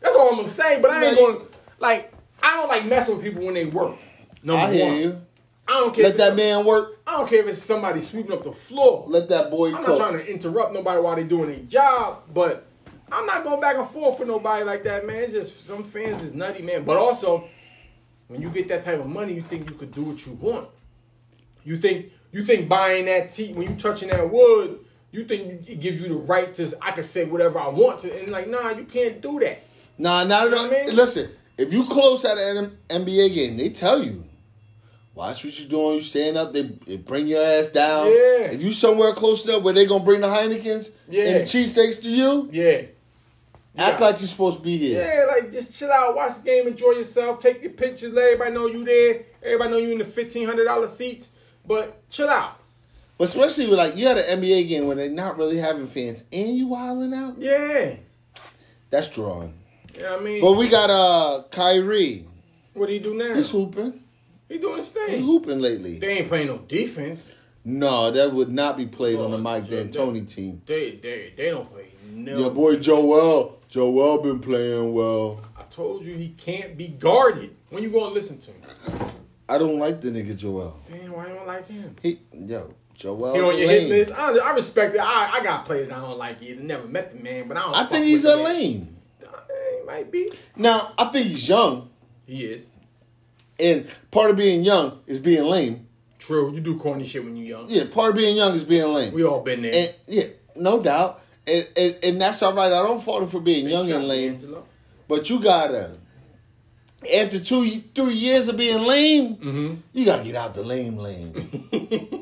C: That's all I'm gonna say, but I ain't gonna Like I don't like messing with people when they work. Number
B: I hear
C: one.
B: you.
C: I don't care.
B: Let
C: if
B: that
C: it's-
B: man work.
C: I don't care if it's somebody sweeping up the floor.
B: Let that boy
C: I'm
B: cook.
C: not trying to interrupt nobody while they doing their job, but I'm not going back and forth with nobody like that, man. It's just some fans is nutty, man. But also, when you get that type of money, you think you could do what you want. You think you think buying that tea when you touching that wood, you think it gives you the right to I can say whatever I want to, and like nah, you can't do that.
B: Nah, not at all.
C: what I mean?
B: Listen, if you close at an M- NBA game, they tell you, watch what you're doing. You stand up, they, they bring your ass down.
C: Yeah.
B: If you somewhere close enough where they gonna bring the Heinekens
C: Yeah.
B: and the cheesesteaks to you,
C: Yeah,
B: act
C: Yeah.
B: like you're supposed to be here.
C: yeah, like just chill out, watch the game, enjoy yourself, take your pictures, let everybody know you there, everybody know you in the fifteen hundred dollar seats, but chill out.
B: But especially with like you had an NBA game where they're not really having fans and you wilding out.
C: Yeah,
B: That's drawing.
C: you know what I mean.
B: But we got uh Kyrie.
C: What do he do now?
B: He's hooping.
C: He doing his
B: He's
C: thing.
B: hooping lately.
C: They ain't playing no defense.
B: No, that would not be played on the
C: Oh,
B: Mike
C: yeah,
B: D'Antoni team.
C: They they they don't play no.
B: Your boy Joel. Joel been playing well.
C: I told you he can't be guarded. When you gonna listen to him?
B: I don't like the nigga Joel.
C: Damn, why you don't like him?
B: He yo Joel.
C: He on your
B: lame.
C: hit list. I, I respect it. I, I got players I don't like either. Never met the man, but I don't.
B: I
C: fuck
B: think
C: with
B: he's
C: the
B: a
C: man.
B: lame.
C: Uh, He might be.
B: Now I think he's young,
C: He is.
B: and part of being young is being lame.
C: True. You do corny shit when you young.
B: Yeah, part of being young is being lame.
C: We all been there.
B: and yeah, no doubt, and and, and that's all right. I don't fault him for being young
C: Shut
B: and
C: up,
B: lame,
C: Angelo.
B: but you gotta. After two, three years of being lame,
C: Mm-hmm.
B: you gotta get out the lame lane,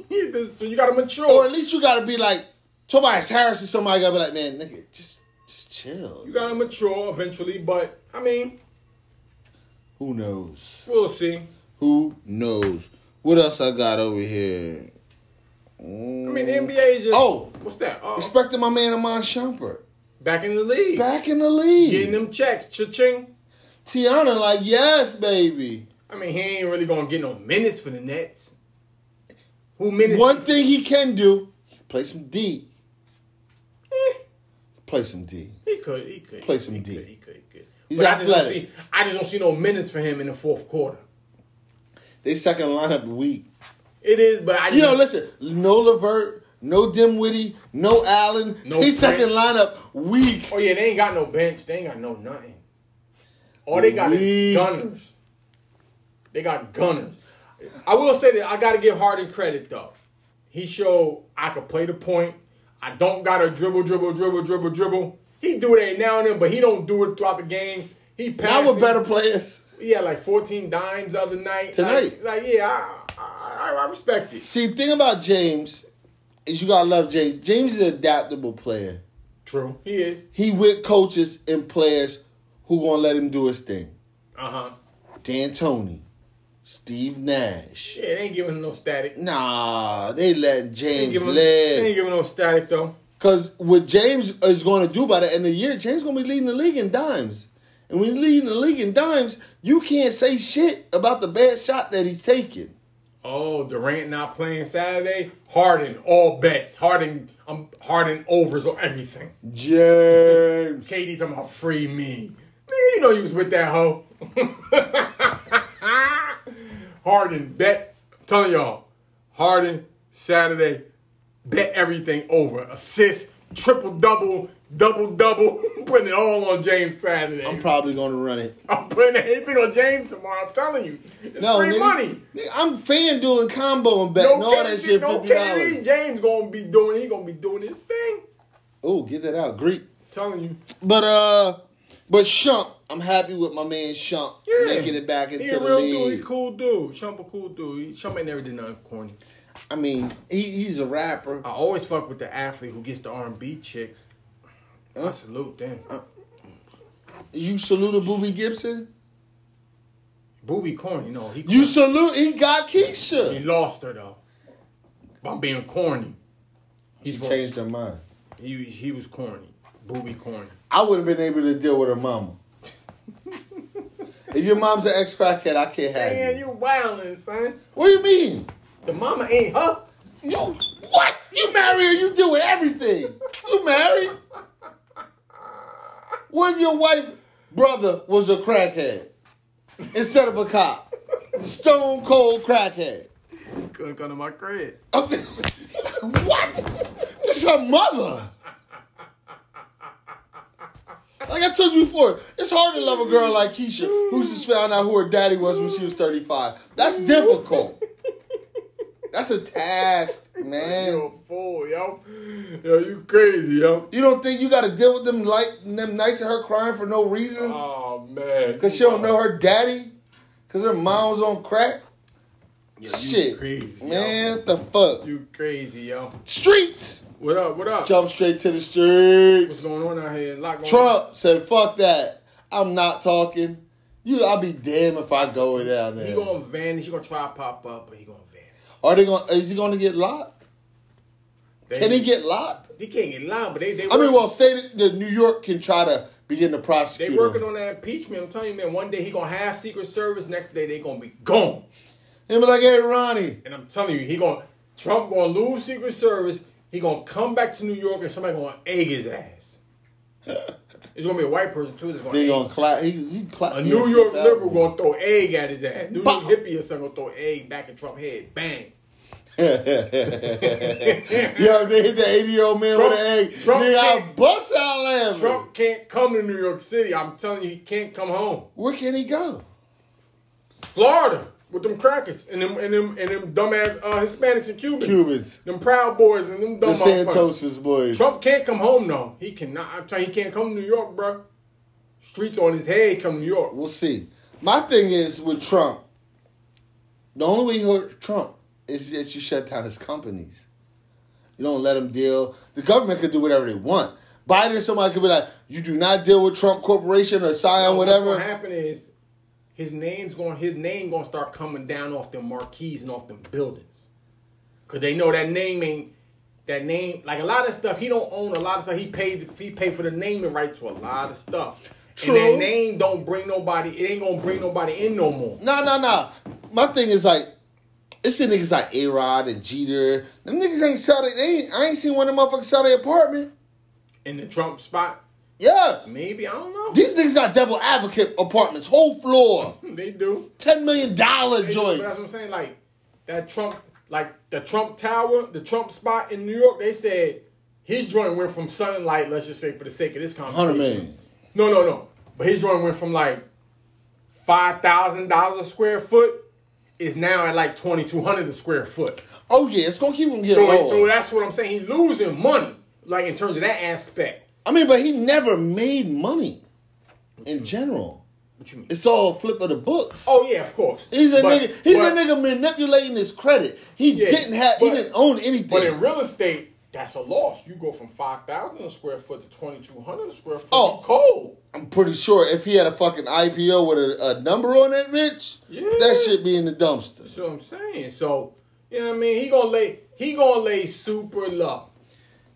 C: This- you gotta
B: or at
C: mature.
B: least you gotta be like Tobias Harris or somebody. Gotta be like, man, nigga, just just chill.
C: You gotta mature eventually, but I mean,
B: Who knows?
C: we'll see.
B: Who knows? What else I got over here?
C: I mean, the NBA is just.
B: Oh.
C: what's that? Oh,
B: Respecting my man Amon Shumpert.
C: back in the league,
B: Back in the league.
C: getting them checks, cha-ching.
B: Tiana, like, yes, baby.
C: I mean, he ain't really gonna get no minutes for the Nets. Who minutes?
B: One thing he can do, play some D. Play some D.
C: Eh, He could. He could.
B: Play some
C: he
B: D.
C: Could, he could. He could.
B: He's
C: I just don't
B: athletic.
C: see. I just don't see no minutes for him in the fourth quarter.
B: They second lineup weak.
C: It is, but I.
B: You know, listen, no Levert, no Dimwitty, no Allen.
C: No
B: they second
C: Prince.
B: lineup weak.
C: Oh yeah, they ain't got no bench. They ain't got no nothing. All they got
B: Weak.
C: is gunners. They got gunners. I will say that I gotta give Harden credit though. He showed I could play the point. I don't gotta dribble, dribble, dribble, dribble, dribble. He do it every now and then, but he don't do it throughout the game. He
B: Now
C: passed.
B: we're better players.
C: He had like 14 dimes the other night.
B: Tonight.
C: Like, like, yeah, I, I, I respect it.
B: See, the thing about James is you gotta love James. James is an adaptable player.
C: True. He is.
B: He with coaches and players who gonna let him do his thing.
C: Uh huh.
B: Dan Tony, Steve Nash.
C: Yeah, they ain't giving him no static. They
B: Nah, they letting
C: ain't
B: James
C: giving him, they ain't
B: live.
C: giving him no static though.
B: Cause what James is gonna do by the end of the year, James gonna be leading the league in dimes. And when you leading the league in dimes, you can't say shit about the bad shot that he's taking.
C: Oh, Durant not playing Saturday. Harden, all bets. Harden, I'm Harden overs on everything.
B: James.
C: KD talking about free me. Nigga, you know you was with that hoe. Harden bet. I'm telling y'all, Harden Saturday bet everything over. Assist, triple double, double double. putting it all on James Saturday.
B: I'm
C: I'm,
B: probably gonna run it.
C: putting everything on James tomorrow. I'm telling you, it's
B: No,
C: free
B: nigga,
C: money.
B: Nigga, I'm fan doing combo and betting
C: No
B: all
C: KD,
B: that shit
C: no
B: fifty
C: KD.
B: dollars.
C: James gonna be doing. He gonna be doing his thing.
B: Oh, get that out, Greek.
C: telling you,
B: But uh, but Shump, I'm happy with my man Shump
C: yeah,
B: making it back into
C: he a
B: the
C: real Dude,
B: league.
C: he cool dude. Shump a cool dude. He, Shump ain't never did nothing corny.
B: I mean, he, he's a rapper.
C: I always fuck with the athlete who gets the R and B chick. I salute them.
B: You salute a Booby Gibson.
C: Booby corny, no, he
B: You
C: corny.
B: salute. He got
C: he
B: Keisha.
C: lost her though. By being corny,
B: She
C: He's-
B: changed her mind.
C: he he was corny. Booby corny.
B: I would have been able to deal with her mama. if your mom's an ex crackhead, I can't have
C: Man,
B: you.
C: you wildin', son.
B: What do you mean?
C: The mama ain't her.
B: You what? You marry her? You doing everything? You married? What if your wife brother was a crackhead? instead of a cop. Stone cold crackhead.
C: Couldn't come to my crib.
B: I'm- what? This her mother. Like I told you before, it's hard to love a girl like Keisha, who's just found out who her daddy was when she was 35. That's difficult. That's a task,
C: You
B: man.
C: a fool, yo. Yo, you crazy, yo.
B: You don't think you got to deal with them like them nights of her crying for no reason
C: Oh man.
B: because she don't know her daddy, because her mom was on crack.
C: Yo, you
B: Shit,
C: crazy, yo.
B: man. What the fuck?
C: You crazy, yo.
B: Streets.
C: What up? What up?
B: Jump straight to the streets.
C: What's going on out here? in Lock
B: Trump said, "Fuck that. I'm not talking. You, I'll be damned if I go down
C: He
B: there.
C: gonna vanish. He gonna try to pop up, but he gonna vanish.
B: Are they going? to Is he going to get locked?
C: They-
B: Can he get locked?
C: He can't get loud, but they they.
B: I mean,
C: work-
B: well, state that New York can try to begin to
C: They
B: prosecute.
C: working
B: him.
C: on that impeachment. I'm telling you, man. One day he gonna have Secret Service. Next day they gonna be gone.
B: He'll be like, "Hey, Ronnie,
C: And I'm telling you, he gonna Trump gonna lose Secret Service. He gonna come back to New York, and somebody gonna egg his ass. it's gonna be a white person too. That's gonna
B: they
C: egg.
B: gonna clap. He, he clap.
C: a
B: me
C: New
B: and
C: York
B: flip out.
C: liberal gonna throw egg at his ass. New
B: Bah.
C: York hippie or something gonna throw egg back at Trump's head. Bang.
B: Yo, if they hit the 80 year old man
C: Trump-
B: with an egg.
C: Trump
B: nigga, I
C: can't-
B: bust out laughing.
C: Trump can't come to New York City. I'm telling you, he can't come home.
B: Where can he go?
C: Florida with them crackers and them and them and them dumbass uh, Hispanics and Cubans.
B: Cubans,
C: Them Proud Boys and them dumb
B: the
C: motherfuckers.
B: Santosis boys.
C: Trump can't come home though. He cannot. I'm telling you, he can't come to New York, bro. Streets on his head. Come to New York.
B: We'll see. My thing is with Trump, the only way you hurt Trump is that you shut down his companies. You don't let him deal. The government could do whatever they want. Biden or somebody could be like, you do not deal with Trump Corporation or Scion,
C: What's gonna
B: whatever.
C: happen is his name's going. His name gonna start coming down off them marquees and off them buildings. Cause they know that name ain't that name. Like a lot of stuff, he don't own a lot of stuff. He paid. He paid for the naming right to a lot of stuff.
B: True.
C: And that name don't bring nobody. It ain't gonna bring nobody in no more.
B: No, no, no. My thing is like, it's the niggas like A Rod and Jeter. Them niggas ain't sell they, they ain't, I ain't seen one of them motherfuckers sell their apartment.
C: In the Trump spot,
B: Yeah.
C: maybe I don't know.
B: These niggas got devil advocate apartments, whole floor,
C: they do.
B: $10 million
C: They do, But that's
B: joints.
C: what I'm saying. Like that Trump, like the Trump Tower, the Trump spot in New York. They said his joint went from sunlight. Let's just say for the sake of this
B: $100
C: conversation.
B: million.
C: No, no, no. But his joint went from like five thousand dollars a square foot is now at like twenty two hundred a square foot.
B: Oh yeah, it's gonna keep him getting
C: So,
B: lower.
C: so that's what I'm saying. He's losing money, like in terms of that aspect.
B: I mean, but he never made money in general.
C: What you mean?
B: It's all a flip of the books.
C: Oh yeah, of course.
B: he's a
C: But-
B: nigga. He's
C: but-
B: a nigga manipulating his credit. He
C: Yeah,
B: didn't have.
C: but-
B: he didn't own anything.
C: But in real estate, that's a loss. You go from five thousand a square foot to twenty two hundred a square foot.
B: Oh.
C: Oh, cold.
B: I'm pretty sure if he had a fucking IPO with a, a number on that bitch,
C: Yeah.
B: that shit be in the dumpster.
C: So I'm saying. So you know what I mean. He gonna lay. He gonna lay super low.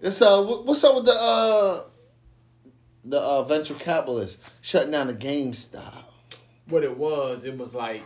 B: It's uh, wh- what's up with the uh, the uh, venture capitalists shutting down the GameStop?
C: What it was, it was like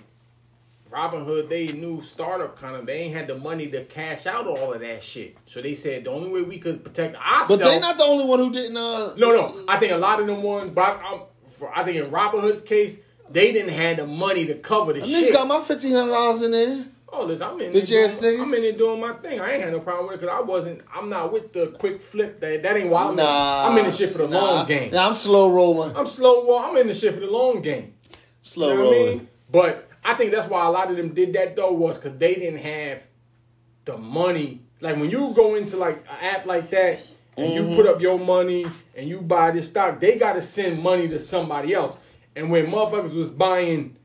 C: Robinhood. They new startup kind of. They ain't had the money to cash out all of that shit. So they said the only way we could protect ourselves.
B: But they not the only one who didn't. Uh,
C: No, no. I think a lot of them ones. But I, I'm- for, I think in Robin Hood's case, they didn't have the money to cover the
B: Niggas
C: shit.
B: got my fifteen hundred dollars in there.
C: Oh, listen, I'm in
B: Bitch
C: there.
B: ass
C: doing,
B: niggas.
C: I'm in there doing my thing. I ain't had no problem with it because I wasn't. I'm not with the quick flip. That that ain't why I'm. in-
B: Nah,
C: I'm in the shit for the
B: nah,
C: long game.
B: Nah, I'm slow rolling.
C: I'm slow wall. I'm in the shit for the long game.
B: slow
C: You know what I
B: rolling.
C: mean? But I think that's why a lot of them did that though was because they didn't have the money. Like when you go into like an app like that and you
B: Mm-hmm.
C: put up your money and you buy this stock, they got to send money to somebody else. And when motherfuckers was buying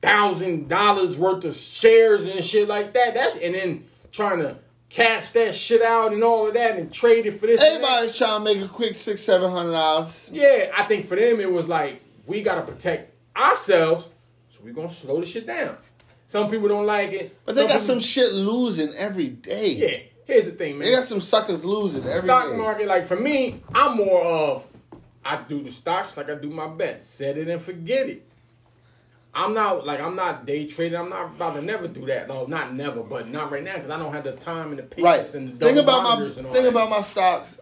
C: thousand dollars worth of shares and shit like that, that's and then trying to cash that shit out and all of that and trade it for this. and that.
B: Everybody's trying to make a quick six, seven hundred dollars.
C: Yeah, I think for them it was like we gotta protect ourselves, so we're gonna slow the shit down. Some people don't like it,
B: But they got
C: people-
B: some shit losing every day.
C: Yeah, here's the thing, man.
B: They got some suckers losing every day.
C: Stock market, like for me, I'm more of I do the stocks like I do my bets, set it and forget it. I'm not like I'm not day trading. I'm not about to never do that. No, not never, but not right now because I don't have the time and the patience
B: Right.
C: and the
B: Think
C: double
B: about my
C: monitors and all
B: think
C: that.
B: about my stocks.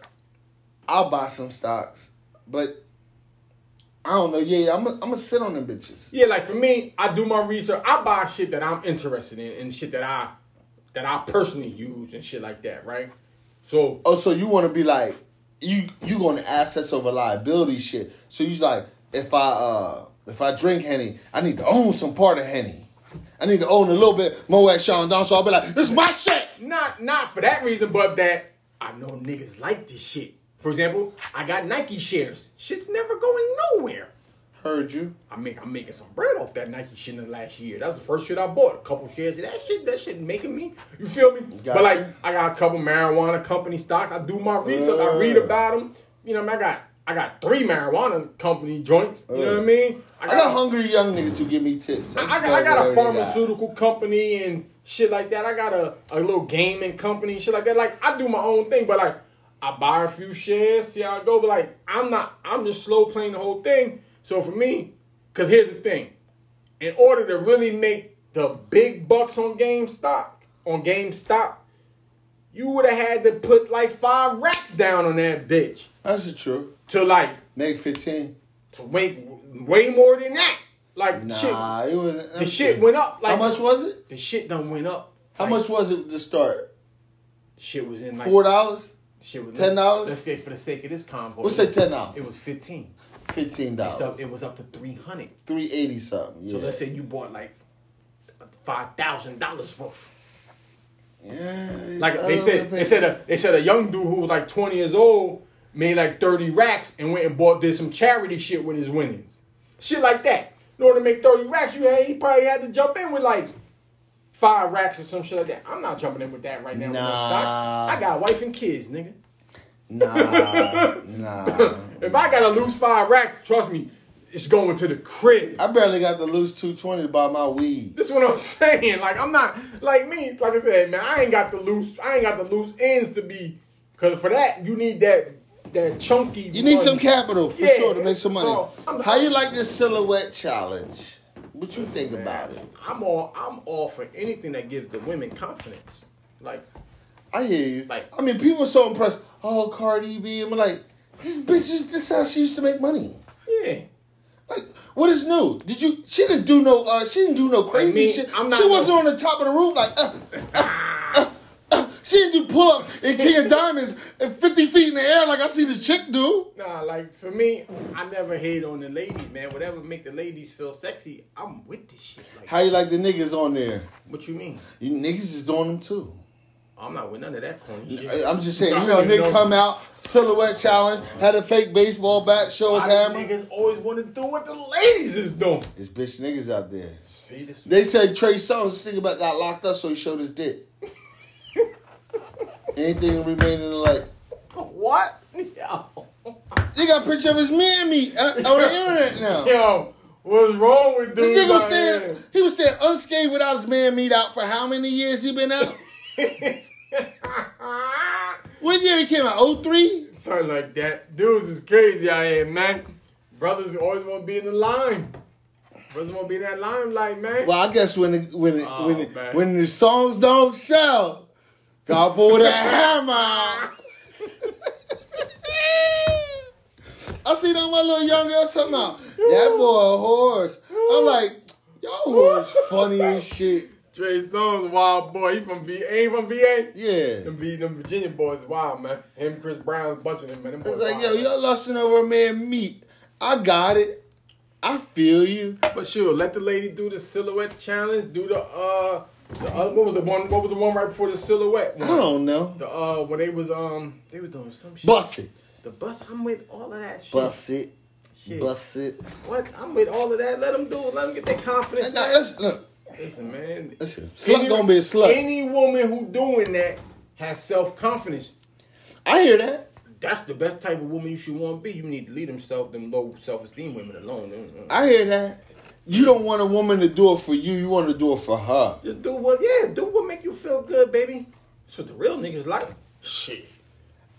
B: I'll buy some stocks, but I don't know. Yeah, I'm gonna sit on them bitches.
C: Yeah, like for me, I do my research. I buy shit that I'm interested in and shit that I that I personally use and shit like that, right? So
B: Oh, so you want to be like you you going to assets over liability shit? So you's like, if I uh if I drink henny, I need to own some part of henny. I need to own a little bit more at Sean Don. So I'll be like, this is my shit.
C: not not for that reason, but that I know niggas like this shit. For example, I got Nike shares. Shit's never going nowhere.
B: Heard you.
C: I make I'm making some bread off that Nike shit in the last year. That's the first shit I bought. A couple shares of that shit. That shit making me. You feel me?
B: Gotcha.
C: But like I got a couple marijuana company stock. I do my research. I read
B: Uh.
C: about them. You know, I, mean, I got I got three marijuana company joints. You know what I mean?
B: I got hungry young niggas who give me tips.
C: I
B: just
C: got, I got a
B: whatever they got.
C: pharmaceutical company and shit like that. I got a, a little gaming company and shit like that. Like I do my own thing, but like I buy a few shares, see how it go. But like I'm not, I'm just slow playing the whole thing. So for me, because here's the thing, in order to really make the big bucks on GameStop, on GameStop, you would have had to put like five racks down on that bitch
B: That's the truth.
C: to like
B: Make fifteen.
C: to make way more than that. Like shit,
B: Nah, it wasn't.
C: the shit went up. Like
B: How much was it?
C: the shit done went up.
B: How
C: Like,
B: much was it to start?
C: shit was in like
B: Four dollars.
C: shit was
B: $10?
C: Let's, let's say for the sake of this convo,
B: We'll say ten
C: It was
B: dollars.
C: fifteen.
B: Fifteen
C: So
B: dollars.
C: it was up to three hundred.
B: Three eighty something. Yeah.
C: So let's say you bought like five thousand dollars worth.
B: yeah
C: Like
B: I
C: they
B: don't
C: said,
B: know.
C: they said a they said a young dude who was like twenty years old made like thirty racks and went and bought did some charity shit with his winnings, shit like that. In order to make thirty racks, you had he probably had to jump in with like. Five racks or some shit like that. I'm not jumping in with that right now. with no
B: Nah.
C: stocks. I got a wife and kids, nigga.
B: Nah, nah.
C: If I gotta lose five racks, trust me, it's going to the crib.
B: I barely got to lose two twenty to buy my weed.
C: This is what I'm saying. Like I'm not like me. Like I said, man, I ain't got the loose. I ain't got the loose ends to be. Cause for that, you need that that chunky.
B: You need some capital for
C: Yeah,
B: sure to make some money.
C: so, I'm-
B: How you like this silhouette challenge? What you think about it?
C: I'm all. I'm all for anything that gives the women confidence. Like
B: I hear you.
C: Like-
B: I mean, people were so impressed. Oh, Cardi B. I'm like, this bitch is this is how she used to make money.
C: yeah.
B: Like, what is new? Did you? She didn't do no. uh She didn't do no crazy
C: mean,
B: shit.
C: I'm not
B: she wasn't
C: no-
B: on the top of the roof like. Uh, uh, uh, uh. She didn't do pull ups and King of Diamonds and fifty feet in the air like I see the chick do.
C: Nah, like for me, I never hate on the ladies, man. Whatever make the ladies feel sexy, I'm with this shit. Like,
B: How you like the niggas on there?
C: what you mean?
B: You niggas is doing them too.
C: I'm not with none of that corny shit.
B: I- I'm just saying,
C: I
B: you know,
C: don't even
B: nigga come out silhouette challenge, had a fake baseball bat, show his
C: Why do
B: hammer.
C: niggas always want to do what the ladies is doing.
B: It's bitch niggas out there.
C: See this?
B: They said Trey Songz this nigga about got locked up, so he showed his dick. Anything remaining in the light.
C: What? Yo,
B: They got a picture of his man meat uh, on the internet now.
C: yo, what's wrong with dudes?
B: This nigga was
C: out
B: staying, he was staying unscathed without his man meat out for how many years he been out?
C: here?
B: what year he came out? 03?
C: Something like that. Dudes is crazy out here, man. Brothers always want to be in the line. Brothers want to be in that limelight, man.
B: Well, I guess when the, when the,
C: Oh,
B: when the,
C: man.
B: when the songs don't sell, God pull that hammer. out. I see them my little young girl something out. That boy a horse. I'm like, y'all horse funny as shit.
C: Trey Songz, wild boy. He from V. Ain't from VA.
B: Yeah.
C: Them, v, them Virginia boys, wild man. Him, Chris Brown's bunching them, man. Them boys
B: It's like,
C: wild,
B: yo,
C: man.
B: y'all lusting over a man meat. I got it. I feel you.
C: But sure, let the lady do the silhouette challenge. Do the uh, the other, what was the one? What was the one right before the silhouette?
B: I
C: One?
B: don't know.
C: The uh, when they was um, they was doing some shit.
B: Bust it.
C: The bus. I'm with all of that shit.
B: Bust it.
C: Shit.
B: Bust it.
C: What? I'm with all of that. Let them do. it. Let them get their confidence.
B: And now,
C: back.
B: let's- look,
C: Listen, man.
B: Listen, slut gonna be a slut.
C: Any woman who doing that has self confidence.
B: I hear that.
C: That's the best type of woman you should want to be. You need to leave themselves, them low self esteem women alone. Mm, Mm-mm.
B: I hear that. You don't want a woman to do it for you. You want to do it for her.
C: Just do what, yeah, do what make you feel good, baby. That's what the real niggas like. Shit.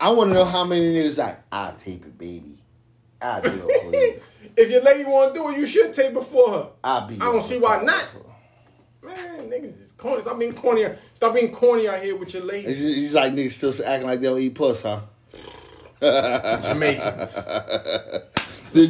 B: I want to know how many niggas like, I'll tape it, baby. I'll do it for you.
C: If your lady want to do it, you should take before her.
B: I'll be.
C: I don't see why not. Man, niggas is corny. Stop being corny. Stop being corny out here with your lady.
B: It's, just- it's like niggas still acting like they don't eat puss, huh?
C: Jamaicans.
B: the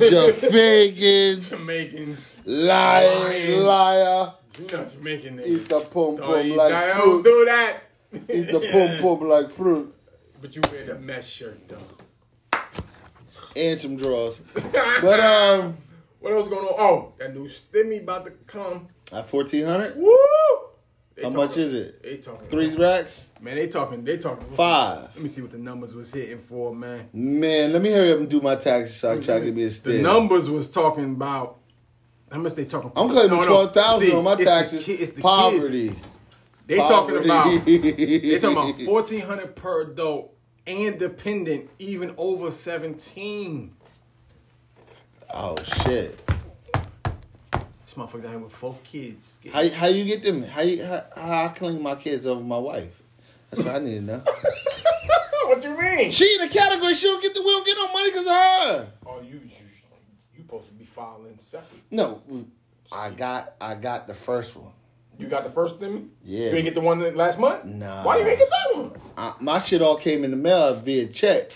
B: Jamaicans,
C: Jamaicans.
B: liar,
C: Lying.
B: liar,
C: You know Jamaican
B: eat
C: niggas.
B: the pom
C: Don't,
B: pom
C: eat-
B: like
C: don't
B: fruit,
C: do that.
B: eat the pom pom like fruit,
C: But you wear the mess shirt though.
B: and some draws. But um,
C: What else going on? Oh, that new stimmy about to come.
B: at fourteen hundred,
C: Woo! They
B: how
C: talking-
B: much is it?
C: They talking
B: Three racks,
C: Man, they talking. They talking
B: five.
C: Let me see what the numbers was hitting for, man.
B: Man, let me hurry up and do my taxes so I can try to give me a
C: The
B: stick.
C: numbers was talking about how much they talking.
B: I'm claiming
C: No, no.
B: twelve thousand
C: See,
B: on my
C: it's the
B: taxes.
C: ki- it's the kids.
B: Poverty.
C: They talking about.
B: They
C: They talking about fourteen hundred per adult and dependent, even over seventeen.
B: Oh shit!
C: This motherfucker's out here with four kids.
B: How how you get them? How you, how, how I claim my kids over my wife? That's what I need to know.
C: what you mean?
B: she in the category. She don't get the we don't get no money because of her.
C: Oh, you you you supposed to be filing separate.
B: No, I got I got the first one.
C: You got the first stimmy.
B: Yeah.
C: You didn't get the one that- last month.
B: Nah.
C: Why you ain't get that one?
B: I, my shit all came in the mail via check.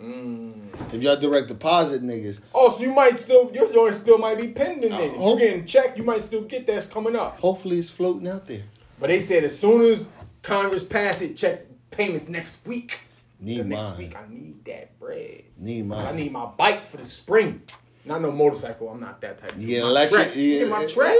C: Mm.
B: If y'all direct deposit niggas,
C: Oh, so you might still your yours still might be pending. Then if you
B: hope-
C: getting checked, you might still get that's coming up.
B: hopefully it's floating out there.
C: But they said as soon as Congress pass it, check payments next week.
B: Need
C: the next
B: mine.
C: week, I need that bread.
B: Need mine.
C: I need my bike for the spring. Not no motorcycle. I'm not that type.
B: You get
C: My
B: electric.
C: Trek.
B: You
C: Get my
B: get-
C: track.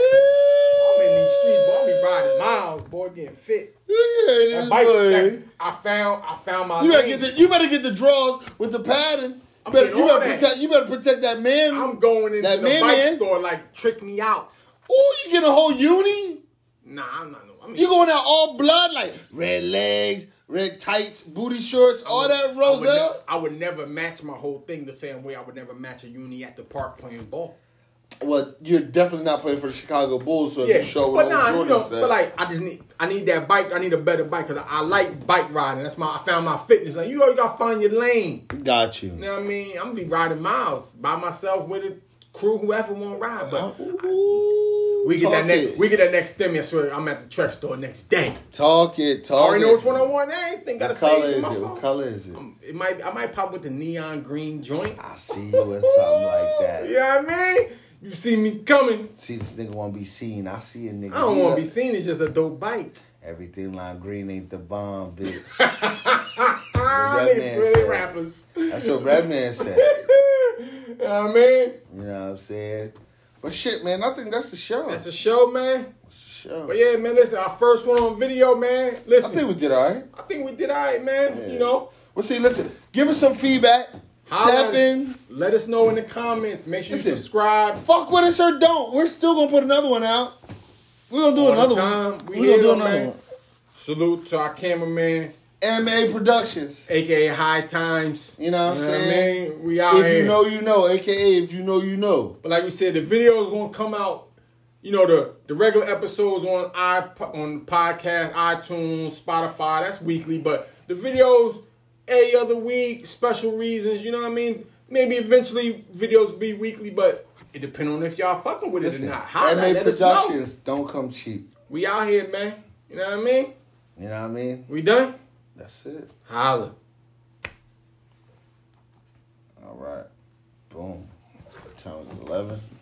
C: I'm in these streets, boy. I be riding miles, boy, getting fit.
B: Look at this
C: That bike,
B: boy.
C: that, I found, I found my.
B: You better
C: lane.
B: get the you better get the draws with the padding. You
C: I'm
B: better,
C: getting
B: you,
C: all
B: better
C: that.
B: protect, you better protect that man.
C: I'm going into
B: That
C: the
B: man,
C: bike
B: man.
C: store like trick me out.
B: Oh, you get a whole uni?
C: Nah, I'm not. No, I'm
B: You going out all blood like red legs, red tights, booty shorts, all that
C: I would, ne-
B: Roselle?
C: I would never match my whole thing the same way I would never match a uni at the park playing ball.
B: Well, you're definitely not playing for the Chicago Bulls, so
C: Yeah,
B: if you show
C: but
B: what
C: nah, you
B: Jordan
C: know,
B: said.
C: but like I just need, I need that bike. I need a better bike because I, I like bike riding. That's my, I found my fitness. Like you always gotta find your lane.
B: got you.
C: You know what I mean? I'm gonna be riding miles by myself with a crew, whoever want to ride. But
B: Uh-huh. Ooh,
C: we get
B: talk
C: that next,
B: it.
C: we get that next stimmy. I swear, I'm at the truck store next day.
B: talk it, talk
C: I already
B: it.
C: know which one I want. I ain't think gotta
B: what
C: say
B: color
C: it. to
B: is
C: my
B: it?
C: phone.
B: What color is it?
C: It might, I might pop with the neon green joint.
B: I see you in something like that.
C: You know what I mean? You see me coming.
B: See this nigga wanna be seen. I see a nigga.
C: I don't
B: He
C: want
B: look-
C: to be seen. It's just a dope bike.
B: Everything lime green ain't the bomb, bitch.
C: Ah,
B: Red
C: they
B: Man
C: really
B: said.
C: rappers.
B: That's what Red Man said.
C: you know what I mean?
B: You know what I'm saying? But shit, man, I think that's the show.
C: That's a show, man.
B: That's the show.
C: But yeah, man, listen, our first one on video, man.
B: I
C: Listen,
B: think we did all right.
C: did all right, man. You know?
B: Well, see, listen, give us some feedback.
C: Holla at
B: Tap
C: us.
B: in.
C: Let us know in the comments. Make sure
B: Listen.
C: you subscribe.
B: Fuck with us or don't. We're still gonna put another one out. We're gonna do
C: All the
B: another
C: time.
B: one. We
C: We
B: are gonna
C: here,
B: do another
C: man. Salute to our cameraman,
B: one. MA Productions.
C: aka High Times.
B: You know what I'm saying?
C: I mean? We out
B: if
C: here.
B: you know, you know. AKA, if you know, you know.
C: But like we said, the video is gonna come out. You know the the regular episodes on i on podcast, iTunes, Spotify. That's weekly, but the videos a other week, special reasons. You know what I mean? Maybe eventually videos will be weekly, but it depends on if y'all fucking with
B: Listen,
C: it or not. Holla,
B: MA
C: let us know.
B: Productions don't come cheap.
C: We out here, man. You know what I mean?
B: You know what I mean?
C: We done?
B: That's it.
C: Holla.
B: All right. Boom. What time is it? 11?